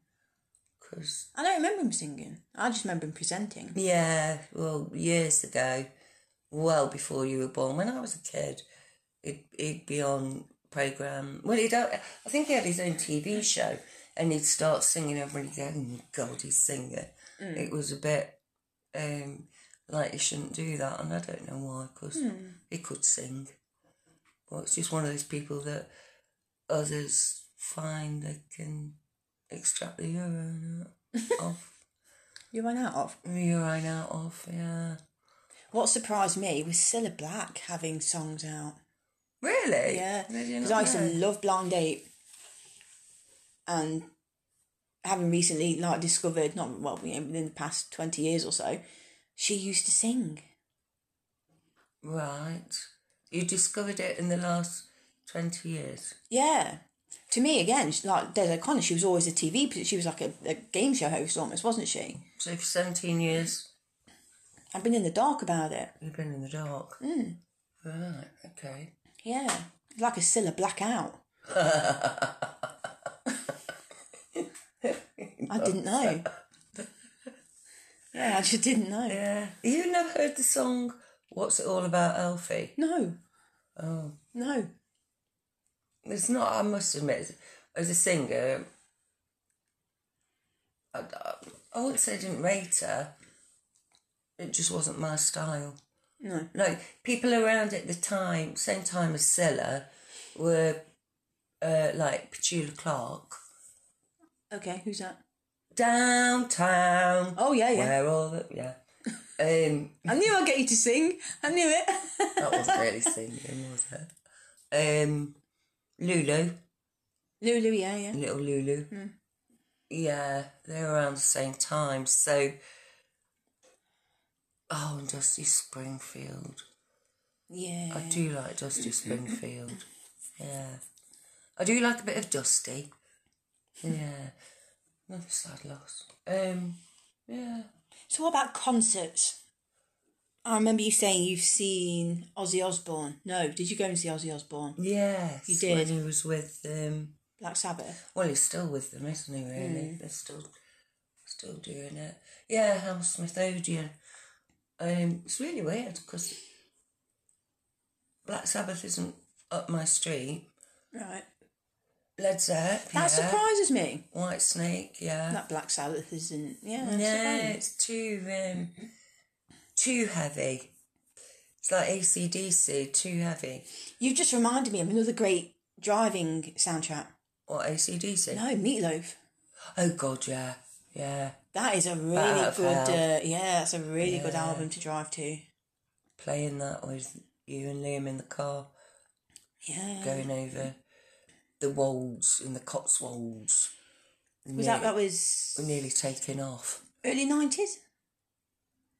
S2: Because,
S1: I don't remember him singing. I just remember him presenting.
S2: yeah, well, years ago, well before you were born, when I was a kid, he'd, he'd be on programme. Well, he'd, I think he had his own TV show and he'd start singing. Everybody would go, oh, God, he's singing. It was a bit. Um, like you shouldn't do that, and I don't know why, because he could sing, but it's just one of those people that others find they can extract the urine out of
S1: You ran out of.
S2: the urine out of. Yeah,
S1: What surprised me was Cilla Black having songs out.
S2: really?
S1: Yeah,
S2: Did you
S1: because
S2: not
S1: I used to
S2: know?
S1: love Blind Date, and having recently like discovered not well you know, within the past twenty years or so, she used to sing.
S2: Right. You discovered it in the last 20 years.
S1: Yeah, to me again, she- like Des O'Connor, she was always a TV. p- She was like a, a game show host almost, wasn't she?
S2: So for 17 years,
S1: I've been in the dark about it. Hmm.
S2: you've been in the dark. Mm. Right, okay.
S1: Yeah, like a Cilla blackout. I didn't know. Yeah, I just didn't know.
S2: Yeah. You never heard the song What's It All About Alfie?
S1: No,
S2: Oh.
S1: no.
S2: It's not, I must admit, as a singer, I, I- I wouldn't say I didn't rate her. It just wasn't my style.
S1: No.
S2: Like, people around at the time, same time as Silla, were uh, like Petula Clark.
S1: Okay, who's that?
S2: downtown.
S1: Oh yeah, yeah.
S2: Where all the yeah. Um,
S1: I knew I'd get you to sing. I knew it.
S2: that wasn't really singing, was it? Um, Lulu,
S1: Lulu, yeah, yeah.
S2: little Lulu.
S1: Hmm.
S2: Yeah, they're around the same time. So, oh, and Dusty Springfield.
S1: Yeah.
S2: I do like Dusty Springfield. Yeah, I do like a bit of Dusty. Yeah, another sad loss. Um, yeah.
S1: So what about concerts? I remember you saying you've seen Ozzy Osbourne. No, did you go and see Ozzy Osbourne?
S2: Yes,
S1: You did.
S2: When he was with um,
S1: Black Sabbath.
S2: well, he's still with them, isn't he? Really,
S1: Hmm.
S2: they're still, still doing it. Yeah, Hammersmith Odeon. Um, it's really weird because Black Sabbath isn't up my street.
S1: Right.
S2: Led Zepp,
S1: That
S2: yeah.
S1: surprises me.
S2: White Snake, yeah.
S1: That Black Sabbath isn't. Yeah. I
S2: No,
S1: suppose.
S2: it's too um, too heavy. It's like ACDC, too heavy.
S1: You've just reminded me of another great driving soundtrack.
S2: Or ACDC.
S1: No, Meatloaf.
S2: Oh God, yeah, yeah.
S1: That is a really
S2: Bat of
S1: good.
S2: Hell.
S1: Uh, yeah, that's a really good
S2: Yeah.
S1: album to drive to.
S2: playing that with you and Liam in the car
S1: Yeah.
S2: going over the wolds in the Cotswolds.
S1: Was that that was
S2: We're nearly taking off.
S1: early nineties,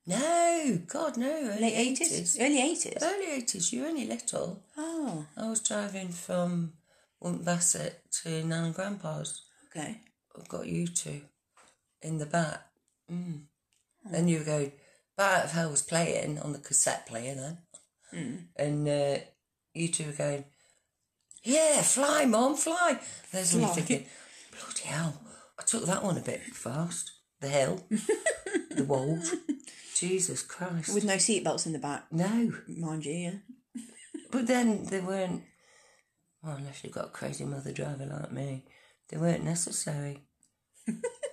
S2: No, God, no. Early
S1: late eighties,
S2: 80s.
S1: early eighties?
S2: Early 80s, you were only little.
S1: Oh,
S2: I was driving from Wuntbasset to Nan and Grandpa's.
S1: okay.
S2: I've got you two in the back. Mm. And you were going, Bat of Hell was playing on the cassette player then. And uh, you two were going, Yeah, fly, Mom, fly. There's me
S1: Fly.
S2: thinking, Bloody hell, I took that one a bit fast. The hill, the wall. Jesus Christ.
S1: With no seatbelts in the back,
S2: no.
S1: mind you. Yeah.
S2: But then they weren't, well, unless you've got a crazy mother driver like me, they weren't necessary.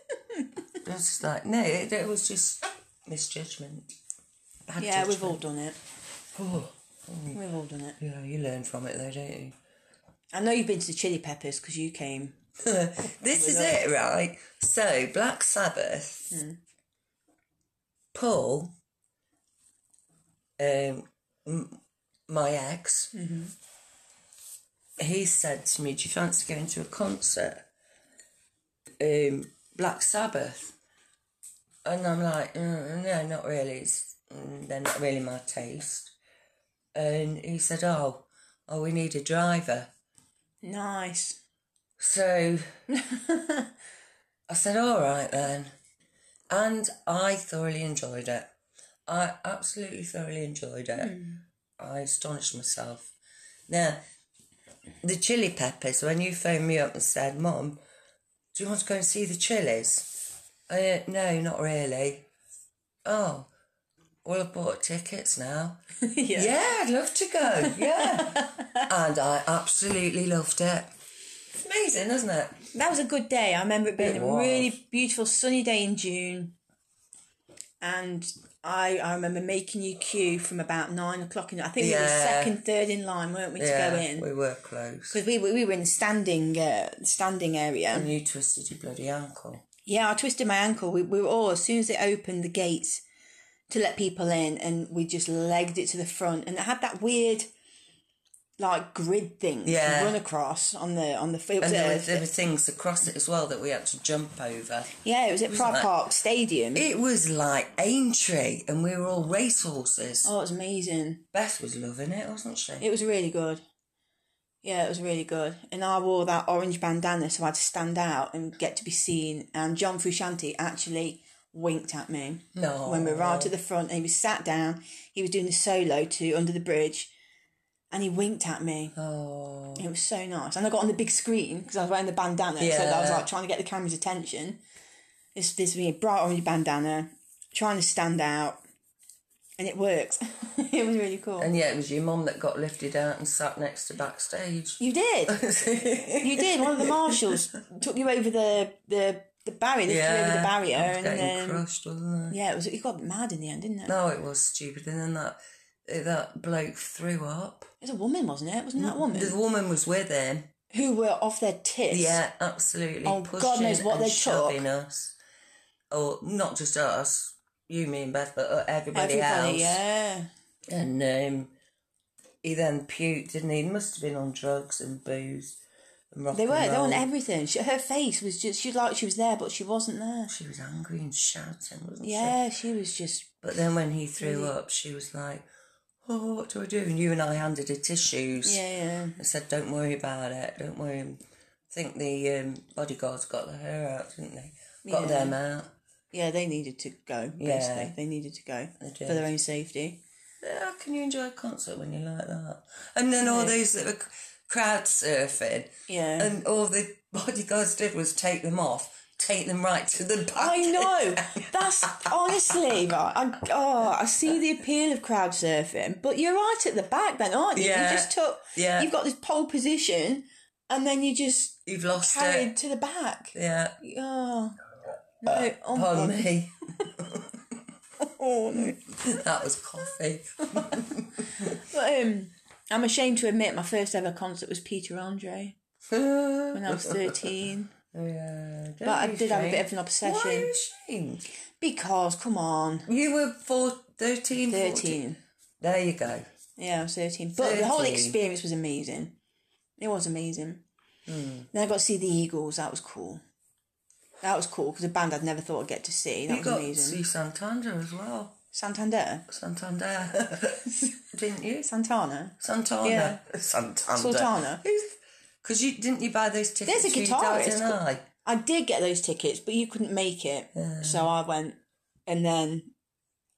S2: It's like, no, it, it was just misjudgment. Bad
S1: Yeah, we've all
S2: judgment.
S1: done it.
S2: Oh,
S1: We've all done it.
S2: yeah, you learn from it though, don't you?
S1: I know you've been to the Chili Peppers because you came.
S2: this is it, right? So, Black Sabbath, Paul, um, m- my ex, he said to me, Do you fancy going to a concert? Um, Black Sabbath. And I'm like, mm, No, not really. It's, mm, they're not really my taste. And he said, Oh, oh, we need a driver.
S1: Nice.
S2: So I said, all right then. And I thoroughly enjoyed it. I absolutely thoroughly enjoyed it. I astonished myself. Now, the chili peppers, when you phoned me up and said, Mom, do you want to go and see the chilies? Uh, no, not really. Oh, well, I bought tickets now.
S1: yeah.
S2: Yeah, I'd love to go. Yeah. and I absolutely loved it. It's amazing, isn't it?
S1: That was a good day. I remember it being
S2: It
S1: a
S2: was.
S1: really beautiful sunny day in June, and I, I remember making you queue from about nine o'clock in I think we were
S2: Yeah.
S1: second, third in line, weren't we, to
S2: yeah,
S1: go in?
S2: we were close.
S1: Because we, were we were in the standing uh, standing area.
S2: And you twisted your bloody ankle.
S1: Yeah, I twisted my ankle. We, we were all as soon as it opened the gates to let people in, and we just legged it to the front, and it had that weird like grid thing to
S2: Yeah.
S1: run across on the on the field.
S2: And there were, there were things across it as well that we had to jump over.
S1: yeah, it was at Pride
S2: that-
S1: Park Stadium.
S2: It was like Aintree, and we were all racehorses.
S1: oh, it was amazing.
S2: Beth was loving it, wasn't she?
S1: It was really good. Yeah, it was really good. And I wore that orange bandana so I'd stand out and get to be seen. And John Frusciante actually winked at me
S2: no.
S1: when we were right at the front and he was sat down. He was doing the solo to Under the Bridge and he winked at me.
S2: Oh.
S1: It was so nice. And I got on the big screen because I was wearing the bandana. So I was
S2: Yeah.
S1: like trying to get the camera's attention. This, this really bright orange bandana, trying to stand out. And it worked. it was really cool.
S2: And yeah, it was your mum that got lifted out and sat next to backstage.
S1: You did. you did. One of the marshals took you over the the the barrier. Lifted you over the barrier,
S2: I was
S1: and
S2: getting
S1: then
S2: crushed, wasn't I?
S1: yeah, it was. You got a bit mad in the end, didn't it?
S2: No, it was stupid. And then that that bloke threw up.
S1: It was a woman, wasn't it?
S2: Mm,
S1: Wasn't that a woman
S2: The woman was with him.
S1: who were off their tits?
S2: Yeah, absolutely.
S1: Oh,
S2: pushing
S1: God knows what
S2: and
S1: they took.
S2: shoving us. Oh, not just us, you, me, and Beth, but uh, everybody,
S1: everybody.
S2: else.
S1: Yeah,
S2: And um, he then puked, didn't he? He must have been on drugs and booze and rock
S1: they were.
S2: and
S1: They were
S2: roll.
S1: on everything. She, her face was just. She like she was there, but she wasn't there.
S2: She was angry and shouting, wasn't she?
S1: Yeah, she was just.
S2: But then when he threw up, she was like, "Oh, what do I do?" And you and I handed her tissues.
S1: Yeah, yeah.
S2: I said, "Don't worry about it. Don't worry." I think the um, bodyguards got her out, didn't they? Got
S1: Yeah.
S2: them out.
S1: Yeah, they needed to go. Basically,
S2: Yeah.
S1: they needed to go
S2: They
S1: for
S2: did.
S1: their own safety.
S2: How "Oh, can you enjoy a concert when you're like that? And then all those that were c- crowd surfing,
S1: Yeah.
S2: and all the bodyguards did was take them off, take them right to the back.
S1: I know. That's honestly, right. I, oh, I see the appeal of crowd surfing, but you're right at the back, then, aren't you?
S2: Yeah.
S1: You just took.
S2: Yeah.
S1: You've got this pole position, and then you just
S2: You've lost
S1: carried
S2: it.
S1: to the back.
S2: Yeah,
S1: Oh. No, oh, my
S2: Uh, pardon
S1: God.
S2: me.
S1: Oh, no.
S2: That was coffee.
S1: But, um, I'm ashamed to admit my first ever concert was Peter Andre when I was 13.
S2: yeah,
S1: but I did have a bit of an obsession.
S2: Why are you ashamed?
S1: Because, come on,
S2: You were four, 13, 14.
S1: 13.
S2: There you go.
S1: Yeah, I was 13. But the whole
S2: 13.
S1: experience was amazing. It was amazing.
S2: Hmm.
S1: Then I got to see the Eagles. That was cool. That was cool because a band I'd never thought I'd get to see. That
S2: you
S1: was
S2: got to
S1: amazing.
S2: see Santander as well.
S1: Santander?
S2: Santander. didn't you?
S1: Santana?
S2: Santana.
S1: Yeah.
S2: Santana.
S1: Sultana.
S2: Because you didn't you buy those tickets?
S1: There's a
S2: for your dad
S1: guitarist
S2: and
S1: called-
S2: I?
S1: I did get those tickets, but you couldn't make it. So I went and then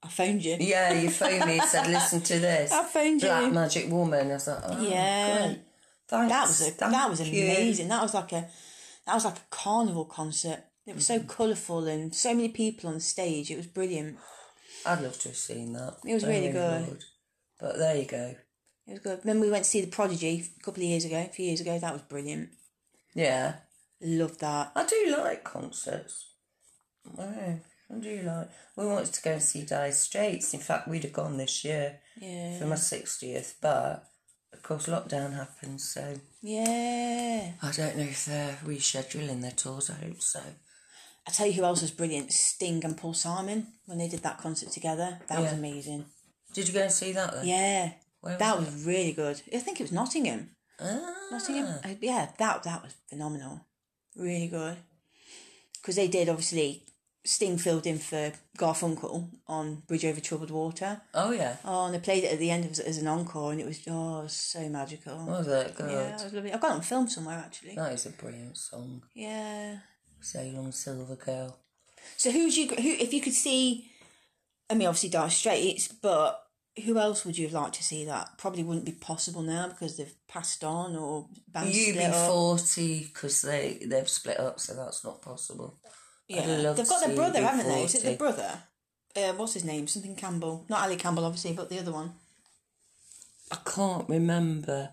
S1: I phoned you.
S2: Yeah, you phoned me and said, "Listen to this."
S1: I phoned you.
S2: Black Magic Woman. I was like, oh,
S1: Yeah.
S2: great. Thanks.
S1: That was a,
S2: thank
S1: that was
S2: you.
S1: amazing. That was like a that was like a carnival concert. It was
S2: Hmm.
S1: so colourful and so many people on stage. It was brilliant.
S2: I'd love to have seen that.
S1: It was
S2: I
S1: really good.
S2: would. But there you go.
S1: It was good. Then we went to see the Prodigy a couple of years ago, a few years ago. That was brilliant.
S2: Yeah,
S1: Loved that.
S2: I do like concerts. Yeah, I do like. We wanted to go and see Dire Straits. In fact, we'd have gone this year
S1: Yeah.
S2: for my sixtieth, but of course lockdown happened, so
S1: Yeah.
S2: I don't know if they're rescheduling their tours. I hope so.
S1: I tell you who else was brilliant? Sting and Paul Simon when they did that concert together. That was
S2: Yeah.
S1: amazing.
S2: Did you go and see that then?
S1: Yeah.
S2: Where was
S1: that was really good. I think it was Nottingham. Nottingham.
S2: Ah,
S1: Uh, Yeah, that that was phenomenal. Really good. Because they did obviously Sting filled in for Garfunkel on Bridge Over Troubled Water.
S2: oh yeah.
S1: Oh, and they played it at the end as, as an encore, and it was oh, it was so magical.
S2: Was it good?
S1: Yeah, it was lovely. I've got it on film somewhere actually.
S2: That is a brilliant song.
S1: Yeah.
S2: Ceylon Silver Girl.
S1: So who'd you who if you could see? I mean, obviously Dire Straits, but who else would you have liked to see? That probably wouldn't be possible now because they've passed on or bands
S2: You be
S1: split up.
S2: forty because they they've split up, so that's not possible. I'd
S1: Yeah,
S2: love
S1: they've
S2: to
S1: got
S2: see
S1: their brother,
S2: you
S1: haven't they? Is it their
S2: 40.
S1: brother? Uh, what's his name? Something Campbell, not Ali Campbell, obviously, but the other one.
S2: I can't remember.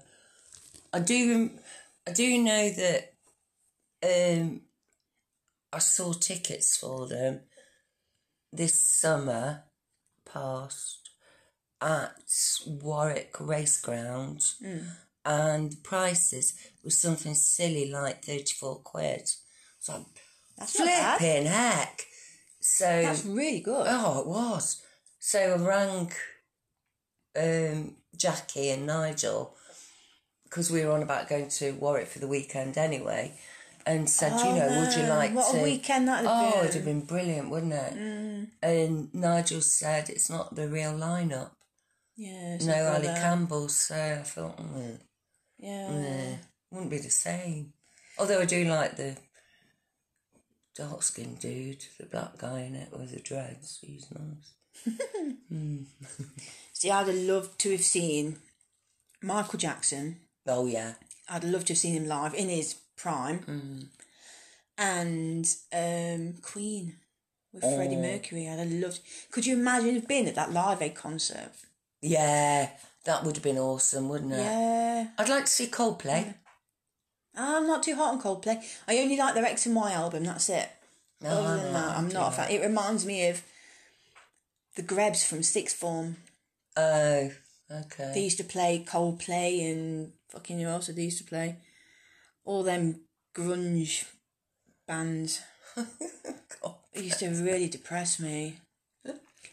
S2: I do. rem- I do know that. Um, I saw tickets for them this summer, past at Warwick Raceground, and the prices was something silly like thirty four quid. So I'm
S1: That's not bad.
S2: flipping heck. So
S1: That's really good.
S2: Oh, it was. So I rang um, Jackie and Nigel because we were on about going to Warwick for the weekend anyway, and said, you know, would you
S1: Oh, no,
S2: like
S1: what a Mm.
S2: to?
S1: weekend that'd have
S2: oh,
S1: been.
S2: it'd have been brilliant, wouldn't it? And Nigel said it's not the real lineup.
S1: yeah. it's
S2: No,
S1: not
S2: Ali
S1: bad.
S2: Campbell. So I thought, mm,
S1: Yeah.
S2: eh, wouldn't be the same. Although I do like the dark skinned dude, the black guy in it with the dreads. He's nice.
S1: See, I'd have loved to have seen Michael Jackson.
S2: Oh yeah.
S1: I'd love to have seen him live in his prime. And um, Queen with Freddie Mercury. I'd have loved. Could you imagine have been at that Live Aid concert?
S2: Yeah, that would have been awesome, wouldn't it?
S1: Yeah.
S2: I'd like to see Coldplay.
S1: I'm not too hot on Coldplay. I only like their X and Y album. That's it.
S2: No,
S1: Other
S2: I'm
S1: than that, I'm not a fan. Oh, It reminds me of the Grebs from sixth form.
S2: Oh, okay.
S1: They used to play Coldplay and fucking who else did they used to play? All them grunge bands.
S2: God.
S1: It used to really depress me.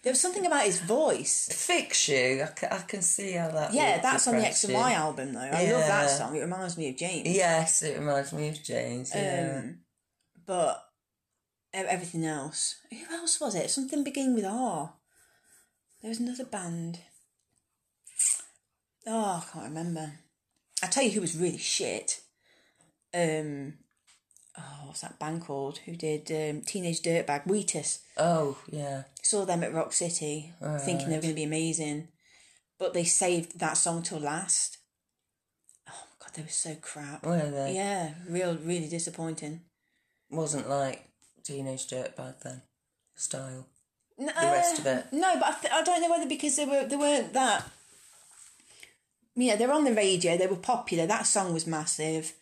S1: There was something about his voice.
S2: Fix you. I ca- I can see how that.
S1: Yeah,
S2: would
S1: that's on the X
S2: depress
S1: and Y
S2: you.
S1: album though. I love that
S2: Yeah.
S1: song. It reminds me of James.
S2: Yes, it reminds me of James. Yeah.
S1: Um, but e- everything else. Who else was it? Something beginning with R. There was another band. Oh, I can't remember. I tell you who was really shit. Um, oh, what's that band called? Who did um, Teenage Dirtbag? Wheatus.
S2: oh, yeah.
S1: Saw them at Rock City,
S2: Oh,
S1: thinking they were going to be amazing, but they saved that song till last. Oh my god, they were so crap.
S2: Were they?
S1: Yeah, real, really disappointing.
S2: Wasn't like Teenage Dirtbag then. Style.
S1: No,
S2: rest of it.
S1: uh, No, but I, th- I don't know whether because they were they weren't that. You know, they're on the radio. They were popular. That song was massive,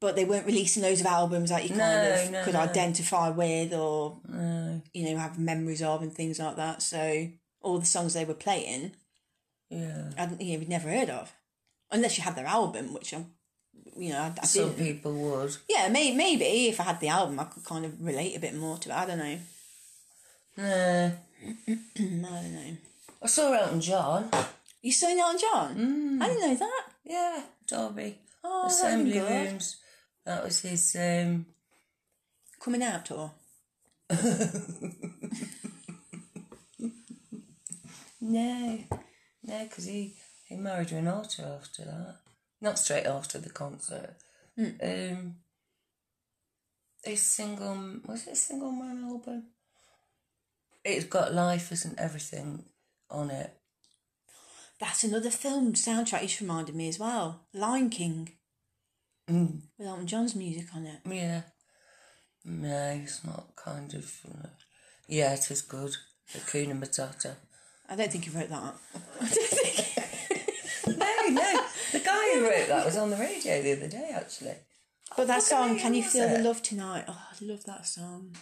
S1: but they weren't releasing loads of albums that you kind
S2: No,
S1: of
S2: no,
S1: could
S2: no.
S1: identify with or
S2: No.
S1: you know have memories of and things like that. So all the songs they were playing,
S2: Yeah.
S1: I you know, we'd never heard of, unless you had their album, which I'm, you know, I, I
S2: Some
S1: didn't.
S2: people would.
S1: Yeah, may, maybe if I had the album, I could kind of relate a bit more to it. I don't know. Mm,
S2: No.
S1: I don't know.
S2: I saw Elton John.
S1: You saw Elton John? Mm. I didn't know that.
S2: Yeah, Derby.
S1: Oh, that'd
S2: Assembly
S1: been good.
S2: rooms. That was his um,
S1: Coming out or?
S2: No, no, because he, he married Renata after that. Not straight after the concert.
S1: Hmm.
S2: Um, his single was it a single man album? It's got life isn't everything on it.
S1: That's another film soundtrack. You just reminded me as well. Lion King.
S2: Mm.
S1: With Elton John's music on it.
S2: Yeah, no, it's not kind of. uh, yeah, it is good. Hakuna Matata.
S1: I don't think he wrote that.
S2: no, no, the guy who wrote that was on the radio the other day actually.
S1: But that
S2: What
S1: song,
S2: name
S1: Can You
S2: was
S1: Feel
S2: it?
S1: the Love Tonight? Oh, I love that song.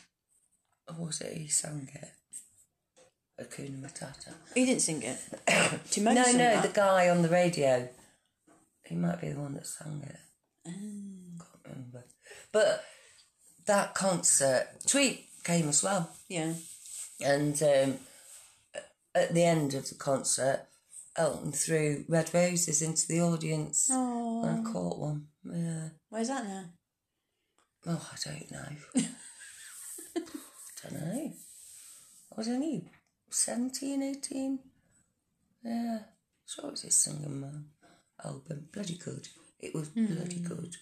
S2: Or was it he sang it? Hakuna Matata.
S1: He didn't sing it.
S2: No,
S1: Timon
S2: no,
S1: sang that.
S2: the guy on the radio. He might be the one that sang it.
S1: Oh.
S2: Can't remember. But that concert, Tweet came as well.
S1: Yeah.
S2: And um, at the end of the concert, Elton threw red roses into the audience.
S1: Oh,
S2: And I caught one. Yeah.
S1: where's that now?
S2: Oh, I don't know. don't know. I was only 17, 18. Yeah. Sure, it was his singing man album. oh, Bloody good. It was bloody good.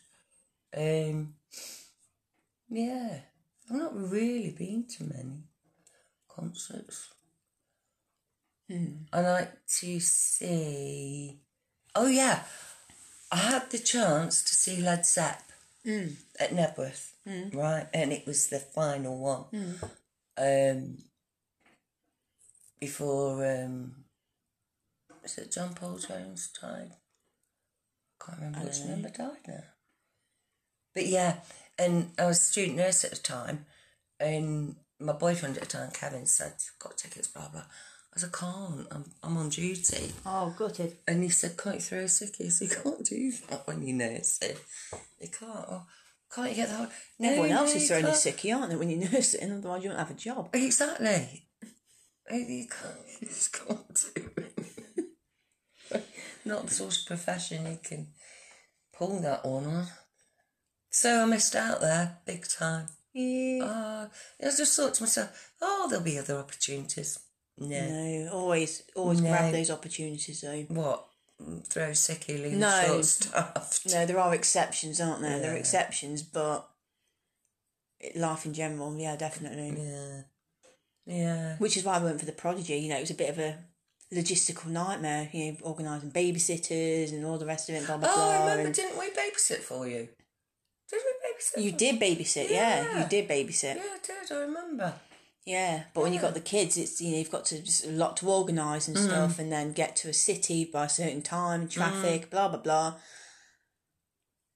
S2: Um, yeah. I've not really been to many concerts. I like to see. Oh, yeah. I had the chance to see Led Zepp at Nebworth, right? And it was the final one um, before um, was it John Paul Jones died? Can't remember which member died now. But yeah, and I was a student nurse at the time, and my boyfriend at the time, Kevin, said, "Got tickets, blah blah." I said, I can't, I'm, I'm on duty.
S1: Oh, gutted.
S2: And he said, Can't you throw a sickie? I said, You can't do that when you're nursing. You can't. Oh, can't you get that? No,
S1: Everyone else
S2: no,
S1: is
S2: you
S1: throwing a
S2: can't."
S1: sickie, aren't they, when you nurse it, and otherwise you won't have a job.
S2: Exactly. You you can't, you just can't do it. Not the sort of profession you can pull that one on. So I missed out there, big time.
S1: Yeah.
S2: Uh, I just thought to myself, oh, there'll be other opportunities. No.
S1: No, always, always grab
S2: No.
S1: those opportunities though.
S2: What? Throw sickie, leave
S1: No.
S2: short staffed.
S1: No, there are exceptions, aren't there? There are
S2: Yeah.
S1: exceptions, but it- life in general, yeah, definitely.
S2: Yeah. Yeah.
S1: Which is why I went for the prodigy. You know, it was a bit of a logistical nightmare. You know, organising babysitters and all the rest of it. Blah blah
S2: Oh, I
S1: blah.
S2: remember,
S1: and-
S2: didn't we babysit for you? Did we babysit?
S1: you
S2: for-
S1: did babysit, yeah.
S2: Yeah.
S1: You did babysit,
S2: Yeah, I did, I remember.
S1: yeah. But when you have got the kids, it's you know you've got to just a lot to organise
S2: Mm.
S1: and stuff, and then get to a city by a certain time, traffic, blah blah blah.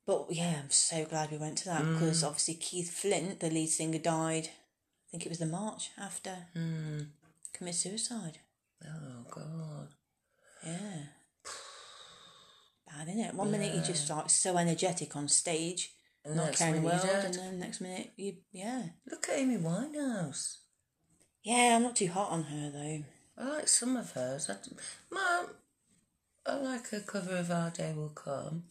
S1: But yeah, I'm so glad we went to
S2: Mm.
S1: that because obviously Keith Flint, the lead singer, died. I think it was the March after
S2: Mm.
S1: commit suicide.
S2: Oh, God.
S1: Yeah. Bad, isn't it? One minute you're just like so energetic on stage,
S2: And
S1: not
S2: next
S1: caring the
S2: minute
S1: world,
S2: you're
S1: and
S2: dead.
S1: then next minute you, yeah.
S2: Look at Amy Winehouse.
S1: Yeah, I'm not too hot on her though.
S2: I like some of hers. I, Mum, I like her cover of Our Day Will Come.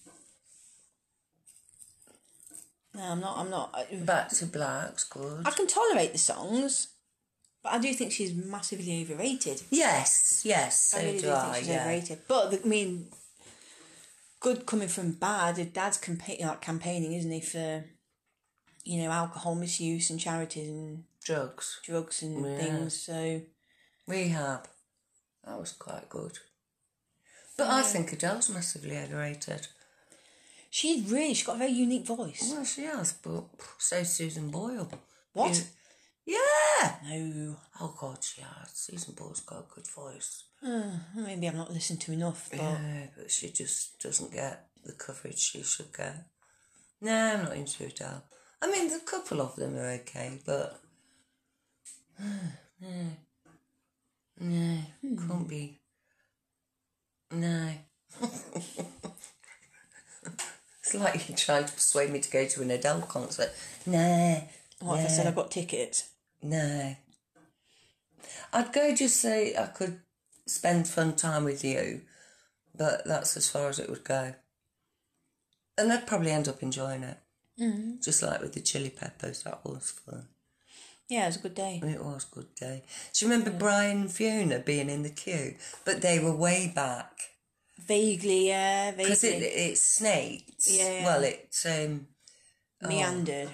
S1: No, I'm not. I'm not. uh, I,
S2: Back to Black's good.
S1: Mm. I can tolerate the songs, but I do think she's massively overrated.
S2: yes, yes, so
S1: I really do,
S2: do I,
S1: think she's
S2: yeah.
S1: overrated. But the, I mean, good coming from bad. Her dad's campa- like campaigning, isn't he, for you know alcohol misuse and charities and
S2: Drugs.
S1: drugs and
S2: Yeah.
S1: things. So
S2: Rehab. That was quite good. But I think Adele's massively overrated.
S1: she really she's got a very unique voice.
S2: Well, she has, but so Susan Boyle.
S1: What?
S2: Is- Yeah!
S1: No,
S2: Oh, God, she has. Susan Boyle's got a good voice.
S1: maybe I've not listened to enough. But
S2: Yeah, but she just doesn't get the coverage she should get. No, I'm not into Adele. I mean, the couple of them are okay, but no, no, can't be. No. it's like you tried to persuade me to go to an Adele concert. No,
S1: what if I said I got tickets?
S2: no. I'd go just say I could spend fun time with you, but that's as far as it would go. And I'd probably end up enjoying it. Mm. Just like with the chili peppers, that was fun.
S1: Yeah, it was a good day.
S2: It was a good day. Do you remember Brian and Fiona being in the queue? But they were way back.
S1: Vaguely, yeah,
S2: Because it,
S1: vaguely
S2: it snaked.
S1: Yeah, yeah.
S2: Well, it, um,
S1: meandered,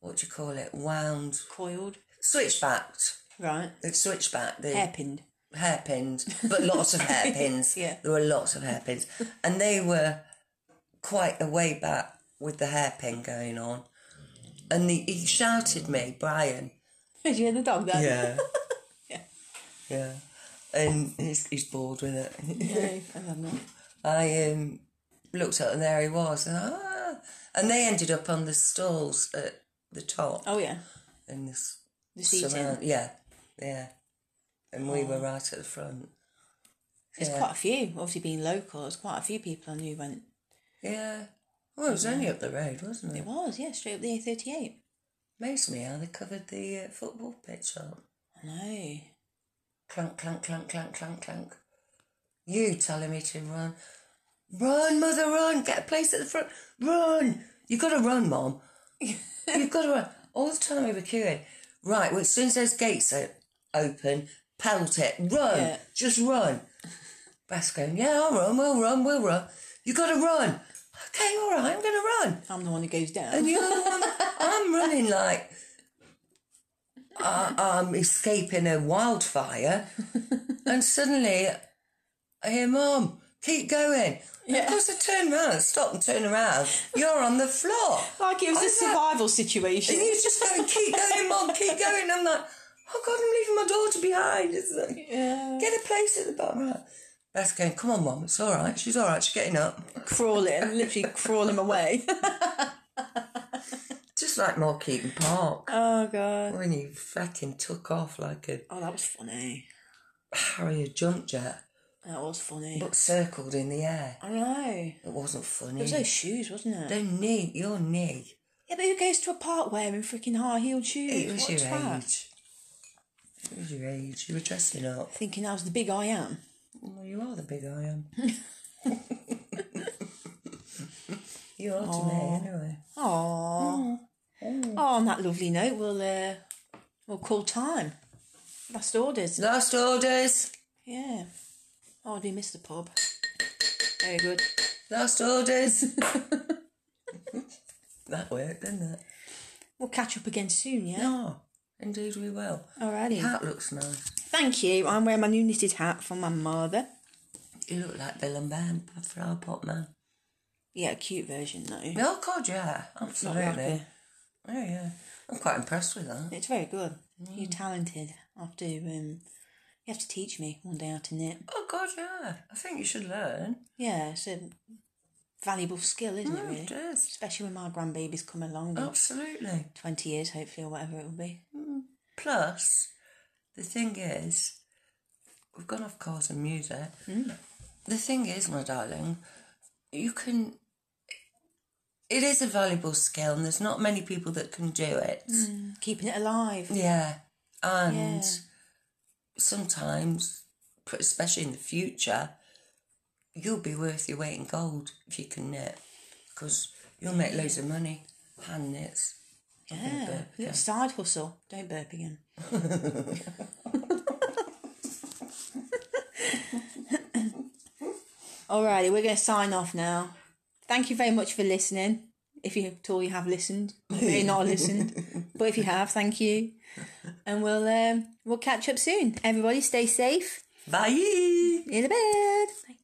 S2: what do you call it? Wound.
S1: coiled,
S2: Switchbacked.
S1: right,
S2: It switchbacked. The,
S1: hairpinned.
S2: hairpins, but lots of hairpins.
S1: Yeah.
S2: There were lots of hairpins. And they were quite a way back with the hairpin going on. And the, he shouted me, Brian.
S1: Did you hear the dog then?
S2: Yeah. yeah. And he's, he's bored with it.
S1: No, I have not.
S2: I um, looked up and there he was. And, ah. and they ended up on the stalls at the top.
S1: Oh yeah,
S2: In this
S1: the seating.
S2: surround- Yeah. Yeah. And we were right at the front.
S1: There's
S2: Yeah.
S1: quite a few. Obviously, being local, there's quite a few people I knew went.
S2: Yeah. Well, it was only up the road, wasn't
S1: It
S2: it?
S1: was yeah, straight up the A38.
S2: Amazed me how they covered the uh, football pitch up.
S1: I know.
S2: Clunk, clunk, clunk, clunk, clunk, clunk. You telling me to run. Run, mother, run. Get a place at the front. Run. You've got to run, mom. You've got to run. All the time we were queuing. Right, well, as soon as those gates o- open, pelt it. Run.
S1: Yeah.
S2: Just run. Beth's going, yeah, I'll run, we'll run, we'll run. You've got to run. Okay, all right, I'm going to run.
S1: I'm the one who goes down.
S2: And the other one, I'm running like I, I'm escaping a wildfire, and suddenly I hear Mum, keep going.
S1: Yeah.
S2: Of course, I turn around, stop and turn around. You're on the floor.
S1: Like it was
S2: I
S1: a
S2: know.
S1: survival
S2: And
S1: situation.
S2: you're just going, keep going, Mum, keep going. I'm like, oh God, I'm leaving my daughter behind. It's like,
S1: Yeah.
S2: Get a place at the bottom. Right. That's going, come on, Mum, it's all right. She's all right, she's getting up.
S1: Crawling, literally crawling away.
S2: Just like more Keaton Park.
S1: oh god.
S2: When you fucking took off like a
S1: Oh, that was funny.
S2: Harry had jumped jet,
S1: That was funny.
S2: but circled in the air.
S1: I know.
S2: It wasn't funny.
S1: It was those shoes, wasn't it?
S2: Don't knee, your knee.
S1: Yeah, but who goes to a park wearing freaking high heeled shoes?
S2: It was
S1: What
S2: your
S1: twat?
S2: age. It was your age. You were dressing up.
S1: Thinking I was the big I am.
S2: Well, you are the big I am. you are to me, anyway.
S1: Aww. Oh, on that lovely note, we'll uh, we'll call time. Last orders.
S2: Last orders.
S1: Yeah. Oh, did we miss the pub? Very good.
S2: Last orders. that worked, didn't it?
S1: We'll catch up again soon, yeah?
S2: No. Indeed, we will.
S1: Alrighty.
S2: Hat looks nice.
S1: Thank you. I'm wearing my new knitted hat from my mother.
S2: You look like Bill and Ben, the flower pot man.
S1: Yeah, a cute version though.
S2: Oh, God, yeah.
S1: Not
S2: Absolutely.
S1: happy.
S2: Yeah, Oh, yeah. I'm quite impressed with that.
S1: It's very good. You're
S2: Mm.
S1: talented. I have to um you have to teach me one day how to knit.
S2: Oh, God, yeah. I think you should learn.
S1: Yeah, it's a valuable skill, isn't it
S2: Mm,
S1: really?
S2: it is. Oh,
S1: Especially when my grandbabies come along in
S2: Absolutely.
S1: twenty years hopefully or whatever it will be.
S2: Mm. Plus, the thing is, we've gone off cars and music. The thing is, my darling, you can. It is a valuable skill, and there's not many people that can do it.
S1: Keeping it alive.
S2: Yeah, and
S1: Yeah.
S2: sometimes, especially in the future, you'll be worth your weight in gold if you can knit, because you'll make loads of money hand knits. I'm gonna
S1: Yeah.
S2: burp
S1: Little
S2: again.
S1: side hustle. Don't burp again. Alrighty, we're gonna sign off now. Thank you very much for listening. If you at all you have listened. Maybe not listened. But if you have, thank you. And we'll um, we'll catch up soon. Everybody stay safe.
S2: Bye.
S1: In a bed. Bye.